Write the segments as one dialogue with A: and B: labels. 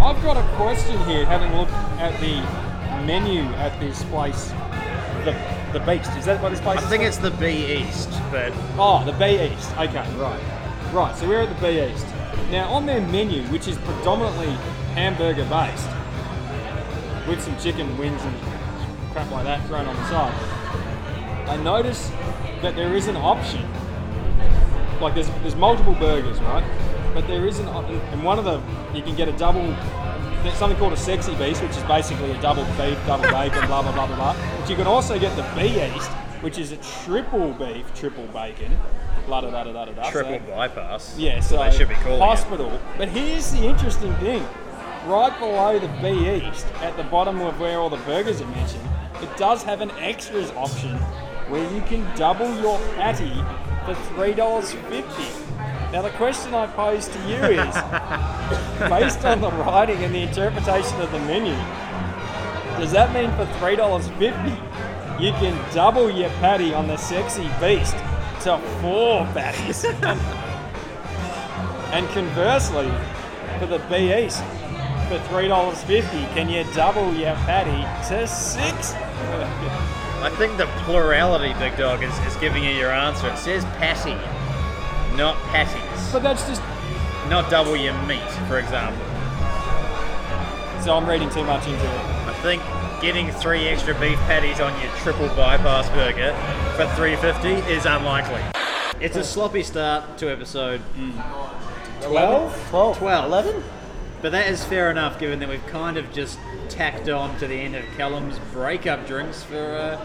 A: I've got a question here. Having looked at the menu at this place, the the Beast is that what this place?
B: I
A: is
B: think
A: called?
B: it's the B East, but
A: Oh, the Bay East. Okay.
B: right.
A: Right, so we're at the Bay East. Now, on their menu, which is predominantly hamburger based, with some chicken wings and crap like that thrown on the side, I notice that there is an option. Like, there's, there's multiple burgers, right? But there is an option, and one of them, you can get a double, there's something called a sexy beast, which is basically a double beef, double bacon, blah, blah, blah, blah, blah. But you can also get the Bee East, which is a triple beef, triple bacon, blah, da, da, da, da, da, da.
B: Triple
A: So-
B: bypass.
A: yeah,
B: That's
A: so
B: what they should be calling it.
A: hospital. But here's the interesting thing: right below the B East, at the bottom of where all the burgers are mentioned, it does have an extras option where you can double your patty for three dollars fifty. Now the question I pose to you is, based on the writing and the interpretation of the menu, does that mean for three dollars fifty you can double your patty on the sexy beast to four patties? And conversely, for the B East, for three dollars fifty, can you double your patty to six?
B: I think the plurality, Big Dog, is, is giving you your answer. It says patty, not patties.
A: But that's just
B: Not double your meat, for example.
A: so I'm reading too much into it.
B: I think getting three extra beef patties on your triple bypass burger for 350 is unlikely. It's a sloppy start to episode hmm, 12?
A: 12.
B: 12. But that is fair enough given that we've kind of just tacked on to the end of Callum's breakup drinks for uh,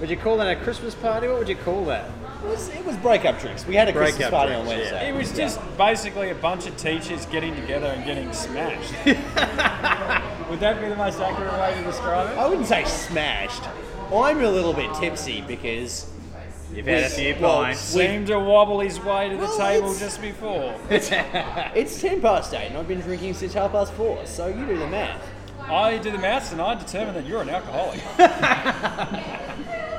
B: would you call that a Christmas party? What would you call that?
C: It was, it was breakup drinks. We had a
B: Breakup
C: Christmas party on
B: drinks, yeah.
C: Wednesday.
A: It was just basically a bunch of teachers getting together and getting smashed. Would that be the most accurate way to describe it?
C: I wouldn't say smashed. I'm a little bit tipsy because
B: You've had a
C: With-
B: few
C: well,
B: pints.
C: we-
A: Seemed to wobble his way to the
C: Well,
A: table
C: it's-
A: just before.
C: it's ten past eight and I've been drinking since half past four. So you do the math.
A: I did the maths and I determined that you're an alcoholic.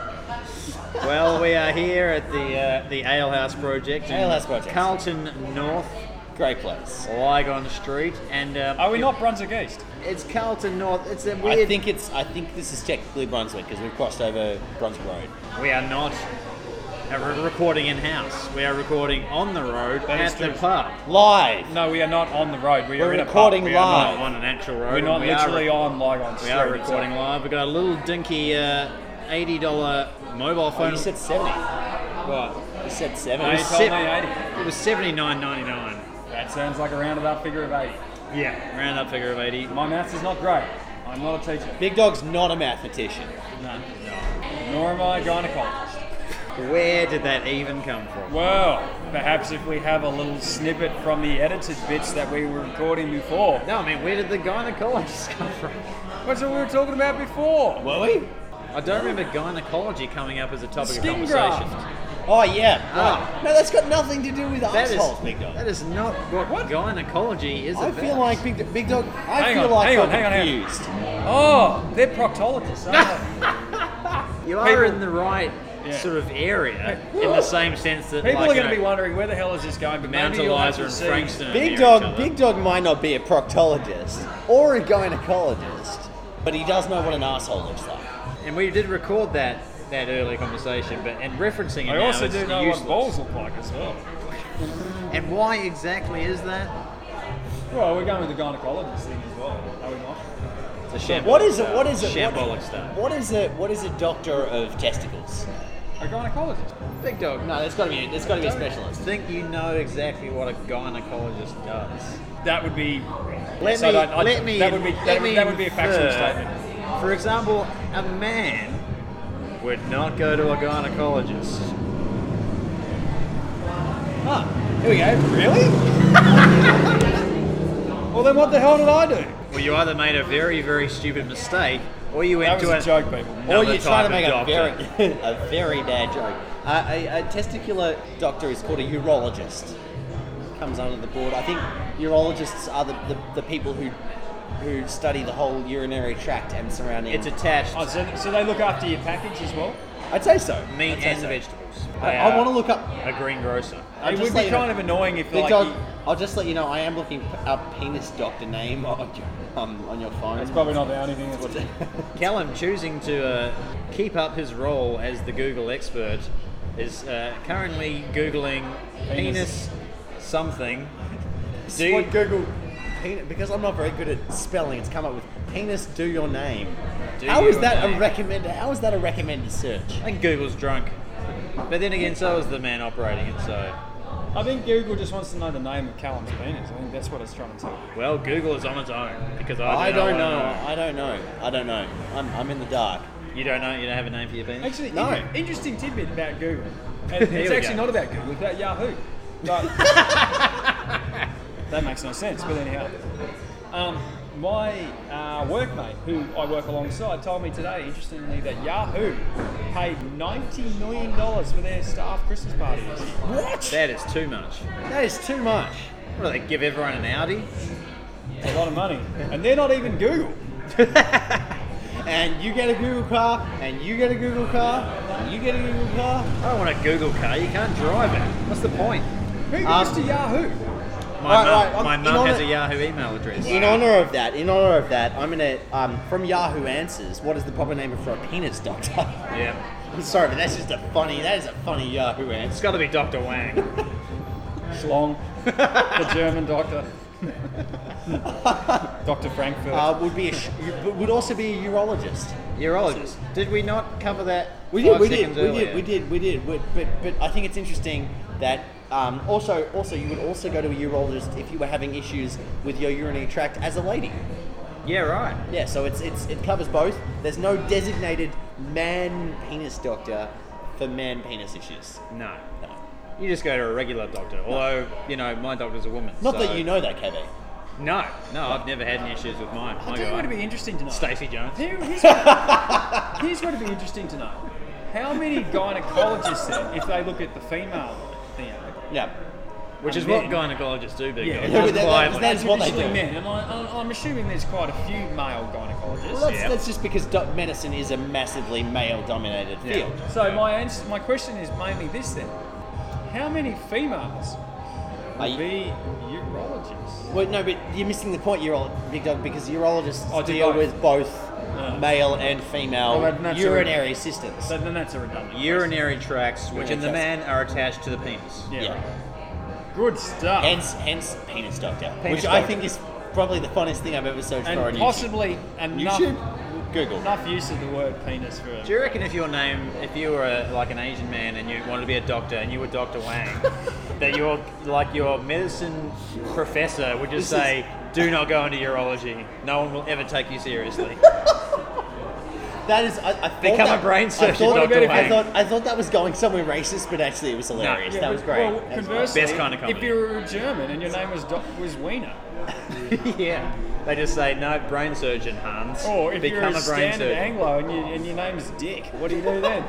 B: Well, we are here at the uh, the Ale House Project. in
C: Ale House Project.
B: Carlton North,
C: Great place.
B: Lygon Street, and um,
A: Are we not Brunswick East?
B: It's Carlton North. It's a weird.
C: I think it's. I think this is technically Brunswick because we've crossed over Brunswick Road.
B: we are not uh, re- recording in house. We are recording on the road
A: That is
B: at the
A: true.
B: pub.
C: Live.
A: No, we are not on the road. We are
C: We're
A: in a pub.
C: recording
A: We are
B: We are
C: Live.
B: not on an actual road.
A: We're not
B: We are
A: literally
B: re-
A: on Lygon Street.
B: We are
A: it's
B: recording
A: a-
B: live. We got a little dinky uh, eighty dollar mobile
C: Oh,
B: phone.
C: you said seventy. What? You said
A: They
C: seventy.
B: Nice.
A: told me
B: Sip.
A: 80.
B: it was seventy nine ninety nine.
A: That sounds like a roundabout figure of 80.
B: Yeah, round up figure of eighty.
A: My maths is not great. I'm not a teacher.
C: Big Dog's not a mathematician.
A: No. Nor am I a gynecologist.
B: Where did that even come from?
A: Well, perhaps if we have a little snippet from the edited bits that we were recording before.
B: No, I mean, where did the gynecologist come from?
A: That's what we were talking about before.
C: Were we?
B: I don't remember gynecology coming up as a topic of
A: Skin
B: conversation.
C: Oh yeah.
B: Ah.
C: right. No, that's got nothing to do with
B: That
C: assholes,
B: is,
C: Big Dog.
B: that is not what, gynecology is
C: I
B: about.
C: feel like Big, Dog- Big Dog. I
A: Hang
C: feel
A: on,
C: like
A: hang
C: I'm
A: on, hang on, hang on.
C: confused.
A: Oh, they're proctologists, aren't
B: you are
A: people-
B: in the right
A: Yeah.
B: sort of area in the same sense that
A: they? People
B: like,
A: are going to
B: you
A: be
B: know,
A: wondering where the hell is this going, but
B: Mount
A: maybe you'll have
B: Eliza and
A: to see.
B: Frankston. are near
C: Big
B: each
C: Dog.
B: other.
C: Big Dog might not be a proctologist or a gynecologist, but he does know what an asshole looks like.
B: And we did record that that early conversation, but and referencing it
A: I
B: now
A: also
B: is
A: do know
B: useless.
A: what balls look like as well.
B: And why exactly is that?
A: Well, we're going with the gynecologist thing as well, are we not?
B: It's a shambolic
C: What is it?
B: start.
C: What is it?
B: Shambolic
C: what,
B: stuff.
C: What is it? What is a doctor of testicles?
A: A gynecologist.
B: Big dog.
C: No, there's got to be. There's got to be a specialist.
B: think you know exactly what a gynecologist does.
A: That would be.
B: Let
A: so
B: me,
A: that- I-
B: let me,
A: That would be.
B: let
A: That,
B: me
A: would- that would be a factual
B: infer,
A: statement.
B: For example, a man would not go to a gynecologist.
C: Huh? Here we go. Really?
A: Well, then what the hell did I do?
B: Well, you either made a very, very stupid mistake, or you
A: That
B: went
A: was
B: to
A: a joke, people.
C: Or
B: Another
C: you're
B: type
C: trying to make
B: of
C: a
B: doctor.
C: very, a very bad joke. Uh, a, a testicular doctor is called a urologist. Comes under the board. I think urologists are the, the, the people who who study the whole urinary tract and surrounding.
B: It's attached.
A: Oh, so, so they look after your package as well?
C: I'd say so.
B: meat
C: I'd say
B: and
C: so.
B: vegetables.
C: I,
B: They
C: I
B: are
C: want to look up.
B: a greengrocer.
C: I'll
D: it
C: just
D: would
C: let
D: be
C: you
D: kind
C: know.
D: of annoying if
C: Big
D: like
C: dog.
D: you-
C: I'll just let you know. I am looking up penis doctor name on your um, on your phone.
A: It's probably not the only thing that's what
B: Callum choosing to uh, keep up his role as the Google expert is uh, currently googling
A: Penis.
B: penis, something. Do
C: Dude.
B: you,
C: What Google? Penis, because I'm not very good at spelling. It's come up with penis. Do your name.
B: Do
C: how is
B: your
C: that
B: name.
C: a recommend? How is that a recommended search?
B: I think Google's drunk. But then again, so is the man operating it. So,
A: I think Google just wants to know the name of Callum's penis. I think that's what it's trying to tell.
B: well, Google is on its own because I
C: I
B: don't,
C: don't
B: know.
C: know.
B: what I
C: I don't know. I don't know. I'm, I'm in the dark.
B: know. You don't know. You don't have a name for your penis.
A: Actually,
C: No.
A: in- interesting tidbit about Google. And it's
B: we
A: actually
B: go.
A: not about Google, it's about Yahoo. But that makes no sense, but anyhow. Um, my uh, workmate, who I work alongside, told me today, interestingly, that Yahoo paid $90 million for their staff Christmas party. this year.
C: What?
B: That is too much.
C: that is too much.
B: What do they give everyone an Audi?
A: It's a lot of money. And they're not even Google.
C: And you get a Google car, and you get a Google car, and you get a Google car.
B: I don't want a Google car. You can't drive it. What's the point?
A: Who
C: Um,
A: goes to Yahoo?
B: My
C: Right,
B: mum,
C: right, I'm-
B: my
C: in
B: mum has
C: honor-
B: a Yahoo email address.
C: In honor of that, in honor of that, I'm gonna um, from Yahoo Answers. What is the proper name for a penis doctor?
B: Yeah.
C: I'm sorry, but that's just a funny. That is a funny Yahoo
B: It's
C: answer.
B: got to be Dr. Wang.
A: Schlong, the German doctor. Dr. Frankfurt.
C: Uh, would be a sh- would also be a urologist.
B: Urologist. Did we not cover that?
C: We did,
B: five
C: we did,
B: seconds
C: we
B: earlier?
C: did, we did, we did, we But but I think it's interesting that um, also also you would also go to a urologist if you were having issues with your urinary tract as a lady.
B: Yeah, right.
C: Yeah, so it's it's it covers both. There's no designated man penis doctor for man penis issues.
B: No.
C: No.
B: You just go to a regular doctor. Although, you know, my doctor's a woman.
C: Not
B: so-
C: that you know that, KB.
B: No, no, I've never had any issues with mine.
A: I
B: My
A: tell you
B: God.
A: what would be interesting to know.
B: Stacey Jones.
A: Here- here's, what, here's what would be interesting to know. How many gynecologists then, if they look at the female thing,
C: Yeah.
B: Which is
A: And
B: what
A: men.
B: gynecologists do, big
A: Yeah,
B: dog.
A: yeah,
C: but that- that-
B: Reliably.
C: that- That's what they
A: traditionally
C: do.
A: men, and I, I, I'm assuming there's quite a few male gynecologists.
C: Well, that's,
B: Yeah.
C: that's just because doc- medicine is a massively male-dominated
B: Yeah.
C: field.
A: So my answer, my question is mainly this then: How many females
C: Are
A: will
C: you-
A: be urologists?
C: Well, no, but you're missing the point, uro- big dog, because urologists
A: Oh, do
C: deal
A: both.
C: with both
A: Yeah.
C: male and female
A: Oh, that- that's
C: urinary systems.
A: So then that's a redundant. question.
B: Urinary tracts, which in the man are attached to the penis.
A: Yeah.
C: yeah.
A: right. Good stuff.
C: Hence, hence, penis doctor,
A: Penis
C: which I
A: doctor.
C: think is probably the funnest thing I've ever searched
A: And
C: for on
A: possibly enough,
C: YouTube. YouTube, Google.
A: enough use of the word penis for.
B: Do you reckon if your name, if you were a, like an Asian man and you wanted to be a doctor and you were Dr. Wang, that your like your medicine professor would just
C: This
B: say, "Do not go into urology. No one will ever take you seriously."
C: That is, I, I thought
B: Become
C: that-
B: a brain
C: I
B: surgeon,
C: thought-
B: Dr.
C: I
B: Wang.
C: thought, I thought that was going somewhere racist, but actually it was hilarious.
A: Yeah,
C: that
A: but-
C: was great.
A: Well,
C: That was great.
A: conversely,
B: Best kind of
A: if
B: comedy.
A: you were German and your name was Doc, was Wiener,
B: yeah, they just say, "No, brain surgeon Hans.
A: or if you're
B: Become
A: a,
B: a brain
A: standard
B: surgeon."
A: Anglo and, you, and your name's Dick, what do you do then?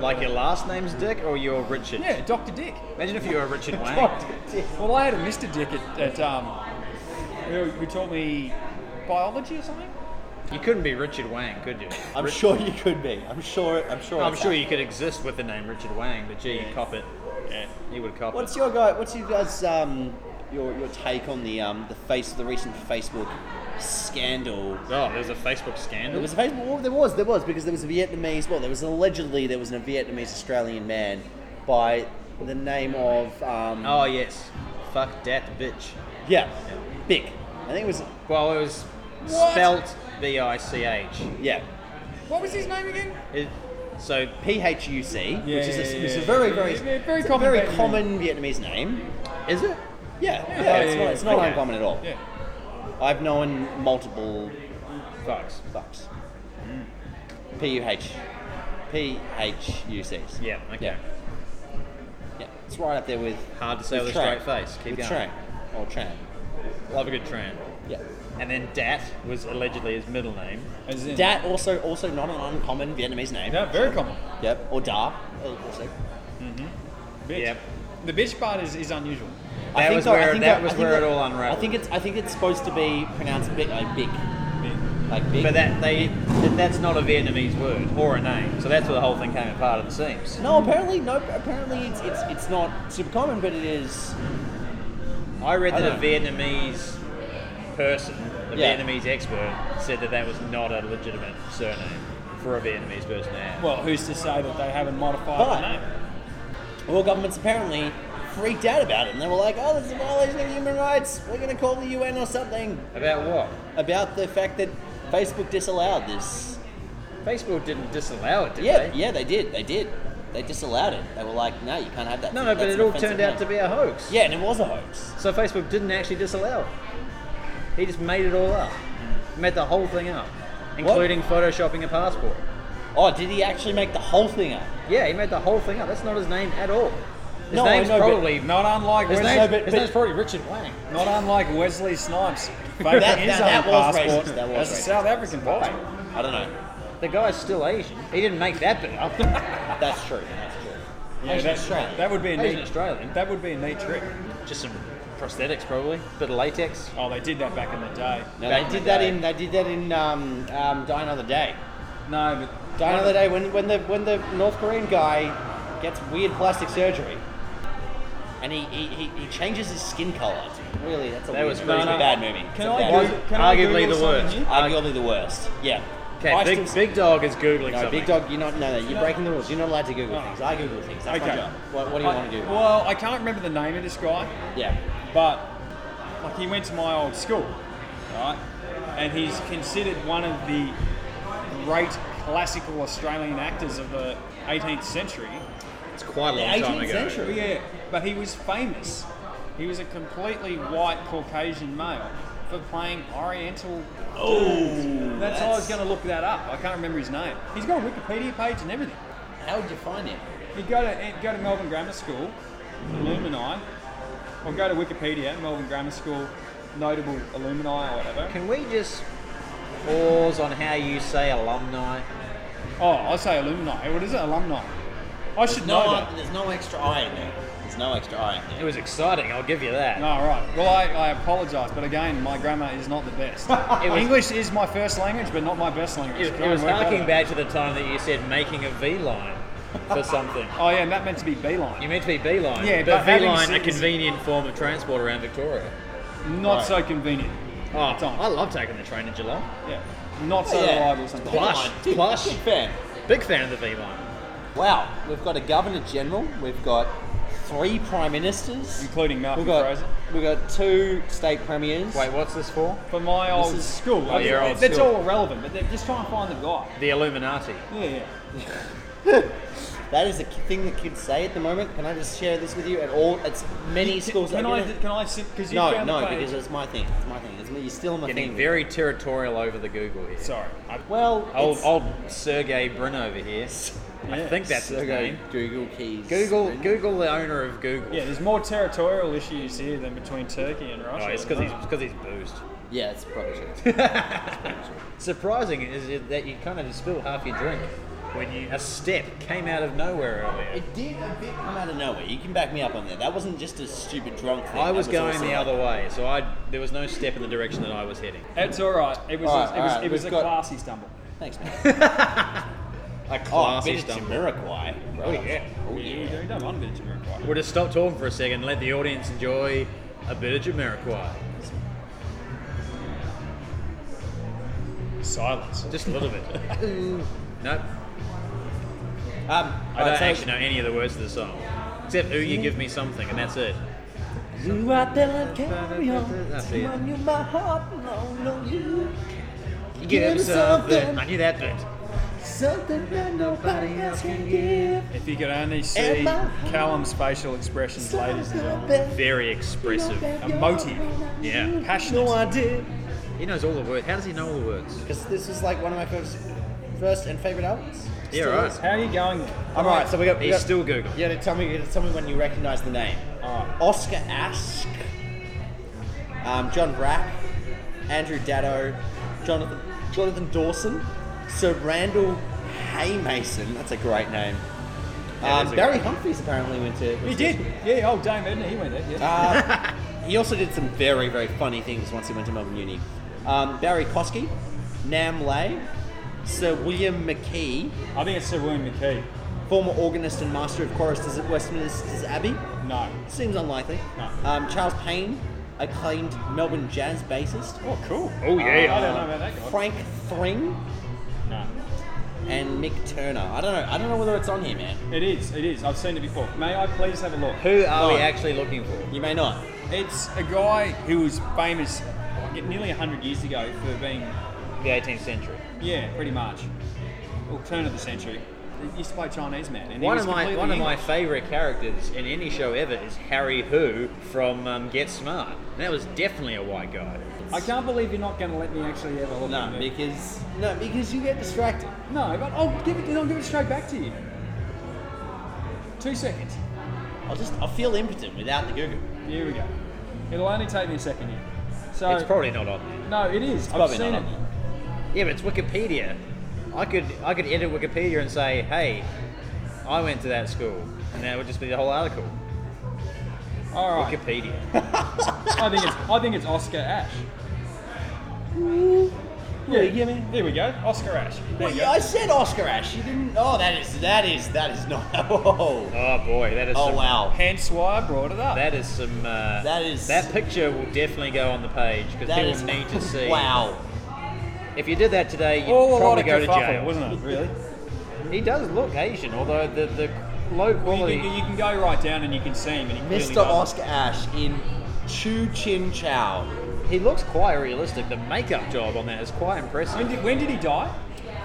B: Like your last name's Dick or you're Richard.
A: yeah, Doctor Dick.
B: Imagine if you were Richard Wang.
C: Fuck.
A: Well, I had a Mister Dick at, at um, who, who taught me biology or something.
B: You couldn't be Richard Wang, could you?
C: I'm
B: Ri-
C: sure you could be. I'm sure. I'm sure.
B: I'm
C: it's
B: sure
C: that.
B: you could exist with the name Richard Wang, but gee, you cop it.
A: Yeah.
B: You would cop
C: What's
B: it.
C: your guy? What's you guys? Um, your your take on the um the face the recent Facebook scandal?
B: Oh, there's a Facebook scandal.
C: There was a Facebook. Well, there was there was because there was a Vietnamese. Well, there was allegedly there was a Vietnamese Australian man by the name of um
B: Oh yes, fuck that bitch.
C: yeah, Bic. I think it was
B: Well, it was
A: What?
B: spelt B I C H.
C: yeah
A: What was his name again?
B: It- So
C: P H U C, which
A: Yeah,
C: is a,
A: yeah, yeah,
C: which is a
A: yeah.
C: very very
A: Yeah, yeah, very
C: it's a
A: common
C: very
A: Vietnamese.
C: common Vietnamese name.
B: is it?
C: Yeah, yeah,
A: yeah,
C: it's
A: yeah,
C: not
A: yeah.
C: it's not
B: Okay.
C: uncommon at all.
A: Yeah.
C: I've known multiple
B: Fucks.
C: bucks. P U H P H U C.
B: Yeah. Okay.
C: Yeah. Yeah. It's right up there with
B: Hard to say with a
C: Tran.
B: straight face. Keep
C: with
B: going.
C: Tran. Or Tran.
B: Love a good tran.
C: Yeah.
B: And then Dat was allegedly his middle name.
A: As in,
C: Dat also also not an uncommon Vietnamese name.
A: Yeah, very common.
C: Yep. Or Da. Also.
A: Bitch.
B: Yep.
A: The bitch part is, is unusual.
B: That was where- that was
C: I think
B: where it all unraveled.
C: I think it's I think it's supposed to be pronounced bit like big.
A: Bitch.
C: Like big.
B: But that they that- that's not a Vietnamese word or a name, so that's where the whole thing came apart at the seams.
C: no, apparently no. Apparently it's it's it's not super common, but it is.
B: I read
C: I
B: that a
C: don't-
B: Vietnamese person, a
C: Yeah.
B: Vietnamese expert, said that that was not a legitimate surname for a Vietnamese person to have.
A: Well, who's to say that they haven't modified
C: But-
A: the name?
C: Well, governments apparently freaked out about it, and they were like, "Oh, this is a violation of human rights. We're going to call the UN or something."
B: About what?
C: About the fact that Facebook disallowed this.
B: Facebook didn't disallow it, did
C: Yeah,
B: they?
C: yeah, they did. They did. They disallowed it. They were like, "No, you can't have that."
B: No,
C: That's
B: but it
C: an
B: all
C: offensive
B: turned out to
C: name."
B: be a hoax.
C: Yeah, and it was a hoax.
B: So Facebook didn't actually disallow it. He just made it all up.
C: Hmm.
B: Made the whole thing up, including photoshopping a passport.
C: Oh, did he actually make the whole thing up?
B: Yeah, he made the whole thing up. That's not his name at all. His
C: No, I
B: name's
C: know, but-
B: probably
A: Not unlike
B: His
A: Wesley,
B: name's- his
A: his
B: name's
A: name's probably Richard Wang. Not unlike Wesley Snipes
C: That-
A: faking
C: that-
A: his
C: that
A: own
C: was
A: passport
C: racist, that was
A: as a
C: racist.
A: South African passport.
C: I don't know.
B: the guy's still Asian. He didn't make that bit up.
C: That's true. That's true.
A: Yeah,
C: Asian
A: that,
C: Australian.
A: that would be a
B: Asian
A: neat
B: Australian.
A: That would be a neat trick.
B: Just some prosthetics, probably. Bit of latex.
A: Oh, they did that back in the day.
C: No,
B: Back
C: they
B: in
C: did
B: the
C: that
B: day.
C: in. They did that in um, um, Die Another Day.
A: No, but
C: Die Another Day when when the when the North Korean guy gets weird plastic surgery, and he he, he, he changes his skin color. Really, that's a
B: That
C: weird
B: was
C: movie.
B: pretty
C: It's a
B: bad.
C: bad movie. It's
A: Can
C: a
A: I
C: bad
A: do-
C: movie.
A: can I
B: Arguably
A: Google
B: the worst.
A: something here?
C: Arguably the worst. Yeah.
A: I
B: Okay, big,
A: still-
B: big dog is googling
C: No,
B: something.
C: big dog. You're not. No, no. You're
A: No.
C: breaking the rules. You're not allowed to Google
B: Oh.
A: No.
C: things. I Google things. That's my
A: Okay.
C: job. What, what do you
A: I-
C: want to do?
A: Well, I can't remember the name of this guy,
C: yeah.
A: but like he went to my old school, right? And he's considered one of the great classical Australian actors of the 18th century.
B: It's quite a long
C: The
B: time
C: 18th
B: ago.
C: century.
A: Oh yeah, but he was famous. He was a completely white Caucasian male for playing Oriental.
C: Oh.
A: That's, how I was going to look that up. I can't remember his name. He's got a Wikipedia page and everything.
C: How would you find it?
A: You go to eh, go to Melbourne Grammar School, alumni, or go to Wikipedia, Melbourne Grammar School, notable alumni or whatever.
B: Can we just pause on how you say alumni?
A: Oh, I say alumni. What is it? Alumni. I should
C: No,
A: know that.
C: there's no extra I in there. There's no extra I in
B: It
C: there.
B: was exciting, I'll give you that.
A: No, right. Well, I, I apologise, but again, my grammar is not the best.
B: was-
A: English is my first language, but not my best language.
B: It,
A: Go
B: it
A: and
B: was
A: work that
B: harking
A: out.
B: back to the time that you said making a V line for something.
A: Oh yeah, and that meant to be beeline.
B: You meant to be V line,
A: Yeah,
B: but,
A: but
B: V
A: having
B: line a
A: seen-
B: convenient form of transport around Victoria.
A: Not
C: Right.
A: so convenient.
B: Oh,
A: Tom.
B: I love taking the train to Geelong.
A: Yeah. Not so reliable sometimes.
B: Oh, Plush,
C: Dude,
B: plush.
C: Big fan.
B: Big fan of the V line.
C: Wow, we've got a governor general. We've got three prime ministers.
A: Including Malcolm
C: We've got
A: Fraser.
C: we've got two state premiers.
B: Wait, what's this for?
A: For my old
C: is-
A: school.
B: Oh, your old
A: that's
B: school.
A: all irrelevant, but they're just trying to find the guy.
B: The Illuminati.
A: Yeah, yeah.
C: That is a k- thing that kids say at the moment. Can I just share this with you? At all, it's many schools.
A: Can,
C: are
A: I?
C: gonna-
A: Can I? Because you
C: No,
A: found the
C: no,
A: page.
C: because it's my thing. It's my thing. It's me. You're still on my
B: Getting
C: thing.
B: very territorial over the Google here.
A: Sorry. I,
C: well.
B: Old,
C: it's-
B: old Sergey Brin over here. I
A: Yeah.
B: think that's his
C: Sergey
B: name.
C: Google keys.
B: Google, Google, the owner of Google.
A: yeah, there's more territorial issues here than between Turkey and Russia.
B: Oh, it's because he's because he's boozed.
C: Yeah, it's probably true.
B: Surprising is it that you kind of just spilled half your drink when you a step came out of nowhere earlier.
C: it did a bit come out of nowhere. You can back me up on that. That wasn't just a stupid drunk thing.
B: I
C: That
B: was going
C: also
B: the
C: like-
B: other way, so I there was no step in the direction that I was heading.
A: It's all right. It was.
C: All right,
A: it
C: all
A: was.
C: right,
A: It was a
C: we've got-
A: classy stumble.
C: Thanks, man.
B: A
C: Oh, I
B: classy
C: bet it's
B: stumble.
C: Jamiroquai.
B: Oh yeah.
C: Oh
A: You
C: yeah.
A: don't- you don't mind a bit of Jamiroquai.
B: We'll just stop talking for a second and let the audience enjoy a bit of Jamiroquai.
A: Silence.
B: Just a little bit. nope.
C: Um,
B: I don't actually know any of the words to the song. Except Ooh, you give me something, and that's it.
C: You out there like carry on.
B: That's it.
C: Run you my heart belong on you.
B: You
C: Give me something.
B: I knew that bit.
C: Something that nobody else can give.
A: If you could only see
C: And my-
A: Callum's facial expressions, ladies and gentlemen.
B: Very expressive.
A: Emotive.
B: Yeah.
A: Passionate.
C: No idea.
B: He knows all the words. How does he know all the words?
C: Because this is like one of my first, first and favorite albums.
B: Yeah,
C: Still
B: right.
C: is.
A: How are you going there?
C: All right, so we got. we
B: He's
C: got-
B: still Googling.
C: You gotta tell me. You gotta tell me when you recognise the name. Uh,
A: All right.
C: Oscar Ask, um, John Brack, Andrew Dado, Jonathan, Jonathan Dawson, Sir Randall Haymason. That's a great name.
B: Yeah,
C: Um,
B: that's a
C: Barry
B: great-
C: Humphries apparently went to.
A: He did. Yeah, old Dame Edna, he went there. Yeah.
C: Uh, he also did some very very funny things once he went to Melbourne Uni. Um, Barry Kosky, Nam Lay, Sir William McKee,
A: I think it's Sir William McKee.
C: former organist and master of choristers at Westminster Abbey.
A: No.
C: Seems unlikely.
A: No.
C: Um, Charles Payne, acclaimed Melbourne jazz bassist.
A: Oh, cool.
B: Oh, yeah.
A: I don't know about that guy.
C: Frank Thring
A: no.
C: and Mick Turner. I don't know. I don't know whether it's on here, man.
A: It is, it is. I've seen it before. May I please have a look?
B: Who are
C: No.
B: we actually looking for?
C: You may not.
A: It's a guy who was famous nearly 100 years ago for being,
B: The 18th century.
A: yeah, pretty much, well, turn of the century. He used to play Chinese man. And he
B: One
A: was
B: of my
A: completely
B: one of my
A: English.
B: favorite characters in any show ever is Harry Who from um, Get Smart. And that was definitely a white guy.
A: I can't believe you're not going to let me actually ever look
C: No,
A: at it.
C: because no, because you get distracted.
A: No, but I'll give it. I'll give it straight back to you. Two seconds.
C: I'll just I'll feel impotent without the Google.
A: Here we go. It'll only take me a second here. So
B: It's probably not on there.
A: no, it is. I've
C: probably
A: seen
C: not
A: it.
C: on
B: Yeah, but it's Wikipedia. I could I could edit Wikipedia and say, hey, I went to that school, and that would just be the whole article.
A: All right.
B: Wikipedia.
A: I think it's. I think it's Oscar Ash.
C: Yeah, you get me?
A: Here we go. Oscar Ash. There
C: Well,
A: you
C: yeah,
A: go.
C: I said Oscar Ash. You didn't. Oh, that is that is that is not. Oh,
B: Oh boy, that is.
C: oh
B: some,
C: wow.
A: Hence why I brought it up.
B: That is some. Uh,
C: That is-
B: That picture will definitely go on the page because
C: That
B: people
C: is
B: need to see.
C: Wow.
B: If you did that today, you'd
A: All a lot
B: probably
A: of
B: go to
A: kerfuffle,
B: jail.
A: wasn't it? Really?
B: He does look Asian, although the the low
A: Well,
B: quality.
A: you, can, you can go right down and you can see him, and he clearly
C: Mr.
A: doesn't.
C: Oscar Ash in Chu Chin Chow.
B: He looks quite realistic. The makeup job on that is quite impressive.
A: When did, when did he die?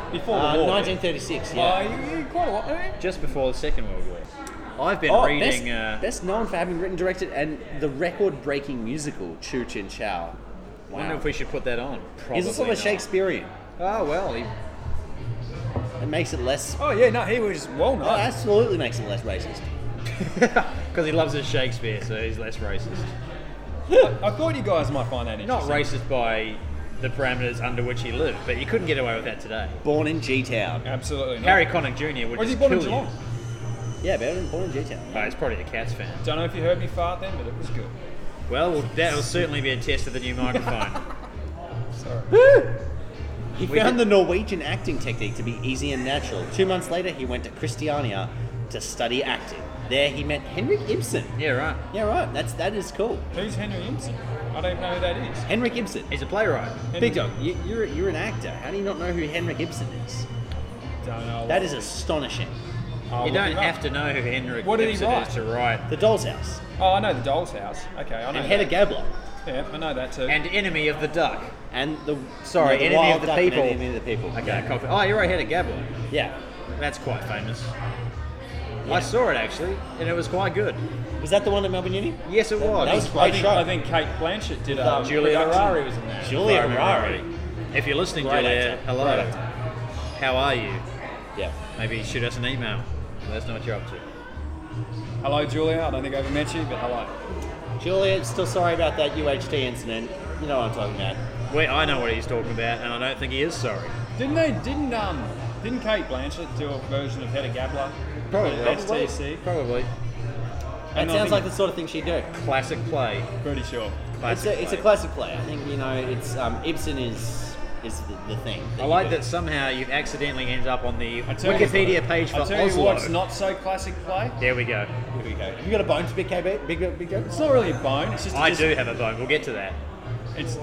A: Before
C: Uh,
A: the war.
C: 1936.
A: Oh,
C: Yeah.
A: he- he- quite a lot. eh?
B: Just before the Second World War. I've been
C: Oh,
B: reading.
C: best,
B: uh,
C: best known for having written, directed, and the record-breaking musical Chu Chin Chow.
B: I wonder if we should put that on. Probably
C: Is this on the
B: not.
C: Shakespearean?
B: Oh well, he,
C: It makes it less.
A: Oh yeah, no, he was well known.
C: Oh, absolutely makes it less racist.
B: because he loves his Shakespeare, so he's less racist.
A: I thought you guys might find that
B: Not
A: interesting.
B: racist by the parameters under which he lived, but you couldn't get away with that today.
C: Born in G Town.
A: Absolutely not.
B: Harry Connick Jr. would
A: Or is he
B: just
A: born in
B: kill
A: Geelong?
B: you.
C: Yeah, better than born in G Town.
B: Oh, he's probably a Cats fan.
A: Don't know if you heard me fart then, but it was good.
B: Well, that will certainly be a test of the new microphone.
A: Sorry.
C: He
B: We
C: found
B: did-
C: the Norwegian acting technique to be easy and natural. Two months later, he went to Christiania to study acting. There, he met Henrik Ibsen.
B: yeah, right.
C: Yeah, right. That's that is cool.
A: Who's Henry Imsen? I don't even know who that is.
C: Henrik Ibsen.
B: He's a playwright.
A: Henry-
C: Big dog. You, you're you're an actor. How do you not know who Henrik Ibsen is?
A: Don't know.
C: That is astonishing.
A: Oh,
B: You don't have to know who Henrik
A: What did he
B: Ibsen
A: write?
B: is to write.
C: The Doll's House
A: Oh, I know the Doll's House. Okay, I know.
C: and Hedda
A: that.
C: Gabler
A: Yeah, I know that too.
B: And Enemy of the Duck.
C: and the
B: Sorry,
C: no, the
B: Enemy
C: Wild
B: of the
C: Duck and
B: People.
C: Enemy of the people.
B: Okay, I copied. Oh, you're right, Hedda Gabler.
C: Yeah.
B: That's quite famous. I saw it actually, and it was quite good.
C: Was that the one at Melbourne Uni?
B: Yes, it was.
C: that was
A: I
C: great
A: think,
C: show.
A: I think Kate Blanchett did a
C: Um,
B: Julia
A: Ferrari was in there.
C: Julia
B: If I remember
C: Ferrari.
B: rightly. If you're listening,
C: Great
B: Julia,
C: actor.
B: hello.
C: Great actor.
B: How are you?
C: Yeah.
B: Maybe shoot us an email. Let us know what you're up to.
A: Hello, Julia. I don't think I ever met you, but hello.
C: Juliet, still sorry about that UHD incident. You know what I'm talking about.
B: Wait, I know what he's talking about, and I don't think he is sorry.
A: Didn't they? Didn't um? Didn't Kate Blanchett do a version of Hedda Gabler? With STC.
B: Probably.
C: That
A: And I
C: sounds
A: think-
C: like the sort of thing she'd do.
B: Classic play.
A: Pretty sure.
C: It's
B: Classic
C: a, it's a
B: play.
C: classic play. I think you know it's um, Ibsen is is the, the thing.
B: I
C: you
B: like
C: do.
B: that somehow you've accidentally ended up on the
A: I tell you
B: Wikipedia
A: what-
B: page for
A: I tell
B: Oslo.
A: you what's not so classic play.
B: there we go.
C: Here we go. Have you got a bone to pick, KB? Big big big joke.
A: It's not really a bone. It's just. a
B: I
A: dis-
B: do have a bone. We'll get to that.
A: It's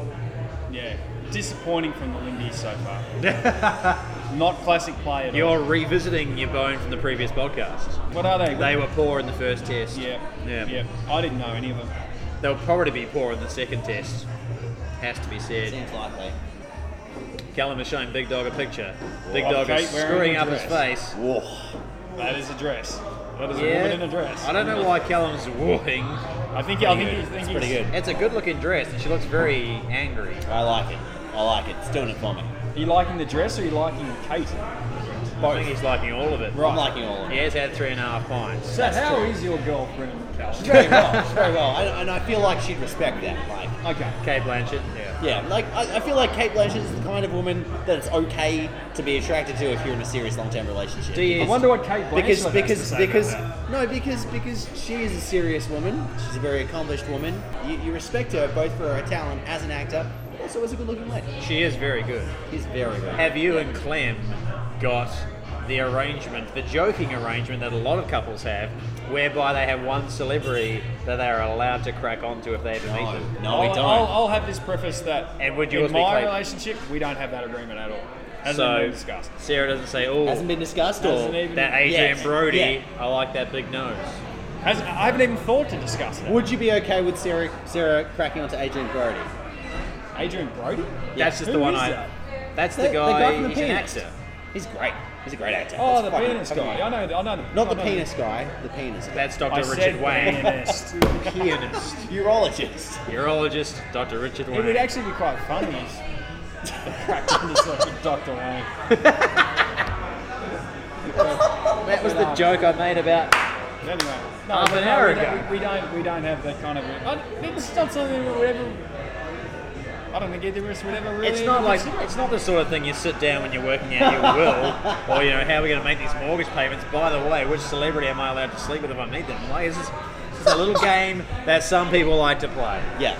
A: yeah, disappointing from the Lindy so far. Not classic play at all.
B: You're revisiting your bone from the previous podcast.
A: What are they?
B: They were poor in the first test.
A: yeah,
B: Yeah.
A: yeah. I didn't know any of them.
B: They'll probably be poor in the second test. Has to be said.
C: Seems likely.
B: Callum is showing Big Dog a picture. Big
A: Well,
B: Dog
A: Kate
B: is
A: wearing
B: screwing
A: a
B: up his
A: dress.
B: face.
C: Whoa.
A: That is a dress. That is a
B: Yeah.
A: woman in a dress.
B: I don't know why Callum's wooing.
A: I think. I think.
C: good.
A: he's- think
C: It's
A: he's-
C: pretty good.
B: It's a good looking dress, and she looks very angry.
C: I like it. I like it. It's doing it for me.
A: Are you liking the dress or are you liking Kate?
B: I think he's liking all of it.
A: Right.
C: I'm liking all of
B: He
C: it.
B: has had three and a half pints.
A: So how is your girlfriend, Callum?
C: Very well. Very well. And, and I feel like she'd respect that. Like.
A: okay.
B: Kate Blanchett. Yeah.
C: Yeah, like I, I feel like Kate Blanchett is the kind of woman that it's okay to be attracted to if you're in a serious long-term relationship.
B: Do you-
A: I wonder what Kate Blanchett
C: because
A: has to
C: because
A: say
C: because
A: about
C: no because because she is a serious woman she's a very accomplished woman you, you respect her both for her talent as an actor but It's always a good looking lad.
B: She is very good.
C: He's very good.
B: Have you and Clem got the arrangement, the joking arrangement that a lot of couples have, whereby they have one celebrity that they are allowed to crack onto if they ever meet them?
C: No, we
A: I'll,
C: don't.
A: I'll, I'll have this preface that
B: And would you
A: in
B: also be
A: my
B: Clayton?
A: relationship, we don't have that agreement at all. Hasn't
B: so
A: been discussed.
B: Sarah doesn't say, "Oh,
C: Hasn't been discussed or
A: Hasn't even-
B: that Adrian
C: Yes.
B: Brody,
C: Yeah.
B: I like that big nose."
A: Hasn't, I haven't even thought to discuss it.
C: Would you be okay with Sarah Sarah cracking onto Adrian Brody?
A: Adrian Brody?
B: That's just
A: Who
B: the one
A: is
B: I.
A: that?
B: That's the,
C: The- the
B: guy.
C: guy from The
B: he's an
C: Peanuts.
B: actor.
C: He's great. He's a great actor.
A: Oh,
C: That's
A: the
C: fucking-
A: penis
C: fucking-
A: guy. I know. I know. the-
C: Not the
A: I know
C: penis guy, the penis guy.
B: That's Dr.
A: I
B: Richard
A: said
B: Wayne,
A: pianist.
B: pianist,
C: Urologist.
B: urologist, Dr. Richard
A: it would
B: Wayne.
A: actually be quite funny. if Practicing this like a Dr. Wayne.
B: That was the joke I made about
A: uh, Anyway, no,
B: Half
A: but
B: an
A: no,
B: hour
A: we don't-
B: ago.
A: We, we don't. We don't have that kind of. I, it's not something we would ever. I don't think either of us would ever really.
B: It's not like
A: consider.
B: it's not the sort of thing you sit down when you're working out your will, or you know how are we going to make these mortgage payments. By the way, which celebrity am I allowed to sleep with if I meet them? Like, is this, this is a little game that some people like to play.
C: Yeah.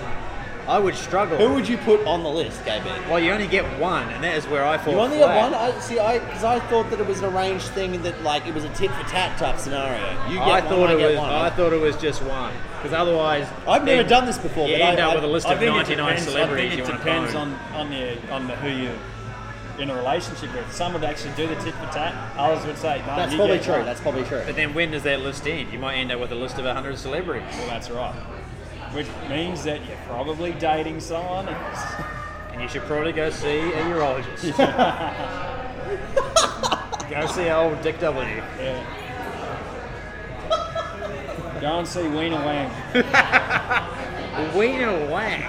B: I would struggle.
C: Who would you put on the list, KB?
B: Well, you only get one, and that is where I fall.
C: You only
B: flat.
C: have one. I see. I because I thought that it was an arranged thing, and that like it was a tit for tat type scenario. You get
B: I
C: one,
B: thought
C: I
B: it
C: get
B: was.
C: one.
B: I thought it was just one, because otherwise,
C: I've never
B: then
C: done this before,
B: You
C: but
B: end
C: I-
B: up
C: I-
B: with a list
A: I
B: of
A: think it
B: 99
A: depends,
B: celebrities
A: I
B: you
A: think it
B: want to
A: depends
B: phone.
A: on on the on the who you in a relationship with. Some would actually do the tit for tat. Others would say, "No,
C: That's
A: you
C: probably
A: get
C: true.
A: one."
C: That's probably true.
B: But then, when does that list end? You might end up with a list of 100 celebrities,
A: well, that's right. Which means that you're probably dating someone else.
B: and you should probably go see a urologist. go see old Dick W.
A: Yeah. Go and see Wiener Wang.
B: Wiener Wang.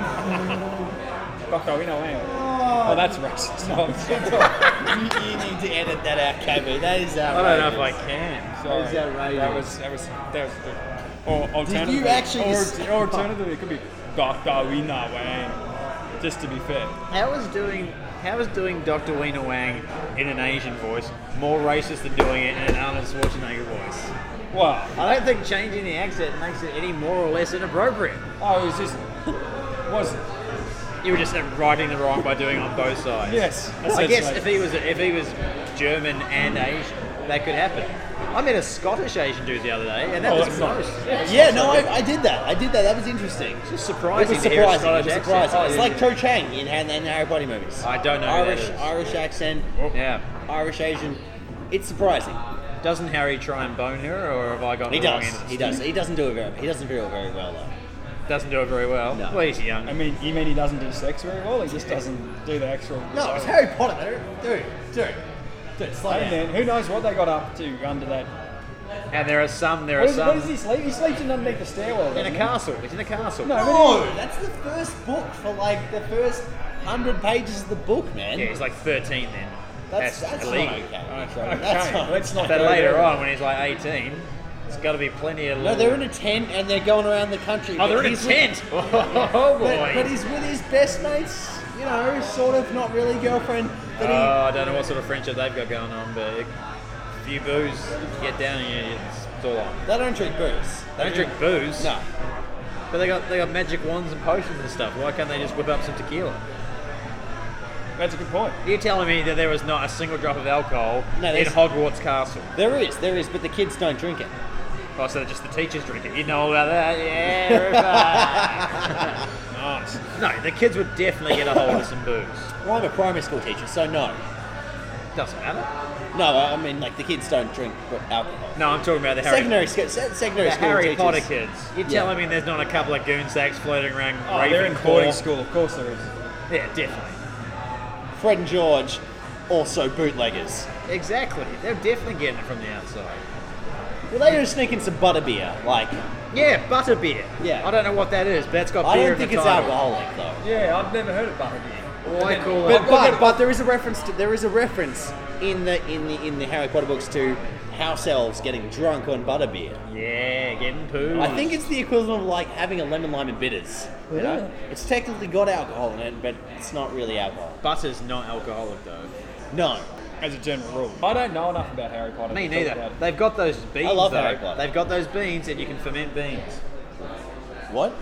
A: Fuck, oh, Wiener Wang. Oh, that's racist. No, I'm sorry.
C: you, you need to edit that out, KB. That is outrageous.
B: I don't know if I can.
A: Sorry.
C: That was outrageous.
A: That was that was that was good. Or alternatively,
C: actually
A: or,
C: just-
A: or alternatively, it could be Dr. Wiener Wang. Just to be fair,
B: How was doing? How was doing Dr. Wiener Wang in an Asian voice more racist than doing it in an Arnold Schwarzenegger voice?
A: well,
B: I don't think changing the accent makes it any more or less inappropriate.
A: I was just was
B: You were just righting the wrong by doing it on both sides.
A: yes.
B: I guess
A: essentially.
B: if he was if he was German and Asian, that could happen. I met a Scottish Asian dude the other day, and that
A: Oh,
B: was
A: that's nice.
B: close.
C: Yeah, no, I, I did that. I did that. That was interesting.
B: It's just
C: It
B: surprising
C: was
B: to hear a
C: surprising. It
B: Scottish accent.
C: was
B: Oh,
C: surprising. It's
B: Yeah.
C: like Cho Chang in Han- in Harry Potter movies.
B: I don't know who that
C: Irish,
B: is.
C: Irish accent,
B: yeah.
C: Irish Asian. It's surprising.
B: Doesn't Harry try and bone her, or have I got
C: He
B: the wrong end
C: does.
B: of the
C: He
B: stick?
C: does. He doesn't do it very. He doesn't feel very well though.
B: Doesn't do it very well.
C: No.
B: Well, he's young.
A: I mean, you mean he doesn't do sex very well? He just doesn't do the actual.
C: No, it's Harry Potter, dude. Dude, dude, dude slow
A: And
C: down.
A: then who knows what they got up to under that?
B: and there are some. There
A: What
B: are
A: is, what
B: some
A: does he sleep? He sleeps in underneath the stairwell.
B: in a
A: doesn't he?
B: castle. He's in a castle.
A: No,
C: No, that's the first book for like the first hundred pages of the book, man.
B: Yeah, he's like 13 then.
C: that's that's, not
B: illegal.
C: okay.
A: Okay,
C: That's not.
A: let's not.
B: But
A: go
B: later
A: there.
B: on, when he's like 18, it's got to be plenty of.
C: No, they're in a tent and they're going around the country.
B: Oh, they're
C: but
B: in a
C: he's with-
B: tent. Oh boy.
C: But, but he's with his best mates, you know, sort of not really girlfriend. But he,
B: Oh, I don't know what sort of friendship they've got going on, but it- if you booze, you get down and you, it's it's all on.
C: they don't drink booze.
B: They don't drink booze,
C: No,
B: but they got they got magic wands and potions and stuff. Why can't they just whip up some tequila?
A: That's a good point.
B: You're telling me that there was not a single drop of alcohol
C: No,
B: in
C: there's-
B: Hogwarts Castle.
C: there is, there is, but the kids don't drink it.
B: Oh, so just the teachers drink it. You know about that? Yeah,
A: Nice.
B: everybody. no, the kids would definitely get a hold of some booze.
C: Well, I'm a primary school teacher, so no,
B: Doesn't matter.
C: no, I I mean like the kids don't drink alcohol.
B: No, I'm talking about the Harry
C: Secondary, sc- se- secondary
B: the
C: school
B: Harry
C: teachers.
B: Potter kids. You're
C: Yeah.
B: telling me there's not a couple of goon sacks floating around
A: Oh, they're in boarding
B: Ravenclaw?
A: school. Of course there is.
B: Yeah, definitely.
C: Fred and George, also bootleggers.
B: Exactly. They're definitely getting it from the outside.
C: Well, they just sneak in some butterbeer. Like,
B: Yeah, butter beer.
C: Yeah.
B: I don't know what that is, but that's got
C: I
B: beer
C: don't
B: in
C: think
B: the
C: it's
B: title.
C: alcoholic though.
A: Yeah, I've never heard of Butterbeer.
B: Well, I call
C: But,
B: it.
C: but, but there is a reference. To, there is a reference in the in the in the Harry Potter books to house elves getting drunk on butterbeer.
B: Yeah, getting poo.
C: I think it's the equivalent of like having a lemon lime and bitters. You know, it's technically got alcohol in it, but it's not really alcohol.
B: butter's not alcoholic though.
C: No,
A: As a general rule. I don't know enough about Harry Potter. to
B: Me
A: talk
B: neither.
A: about it.
B: They've got those beans
C: love
B: though.
C: Harry Potter.
B: They've got those beans, and you can ferment beans.
C: what?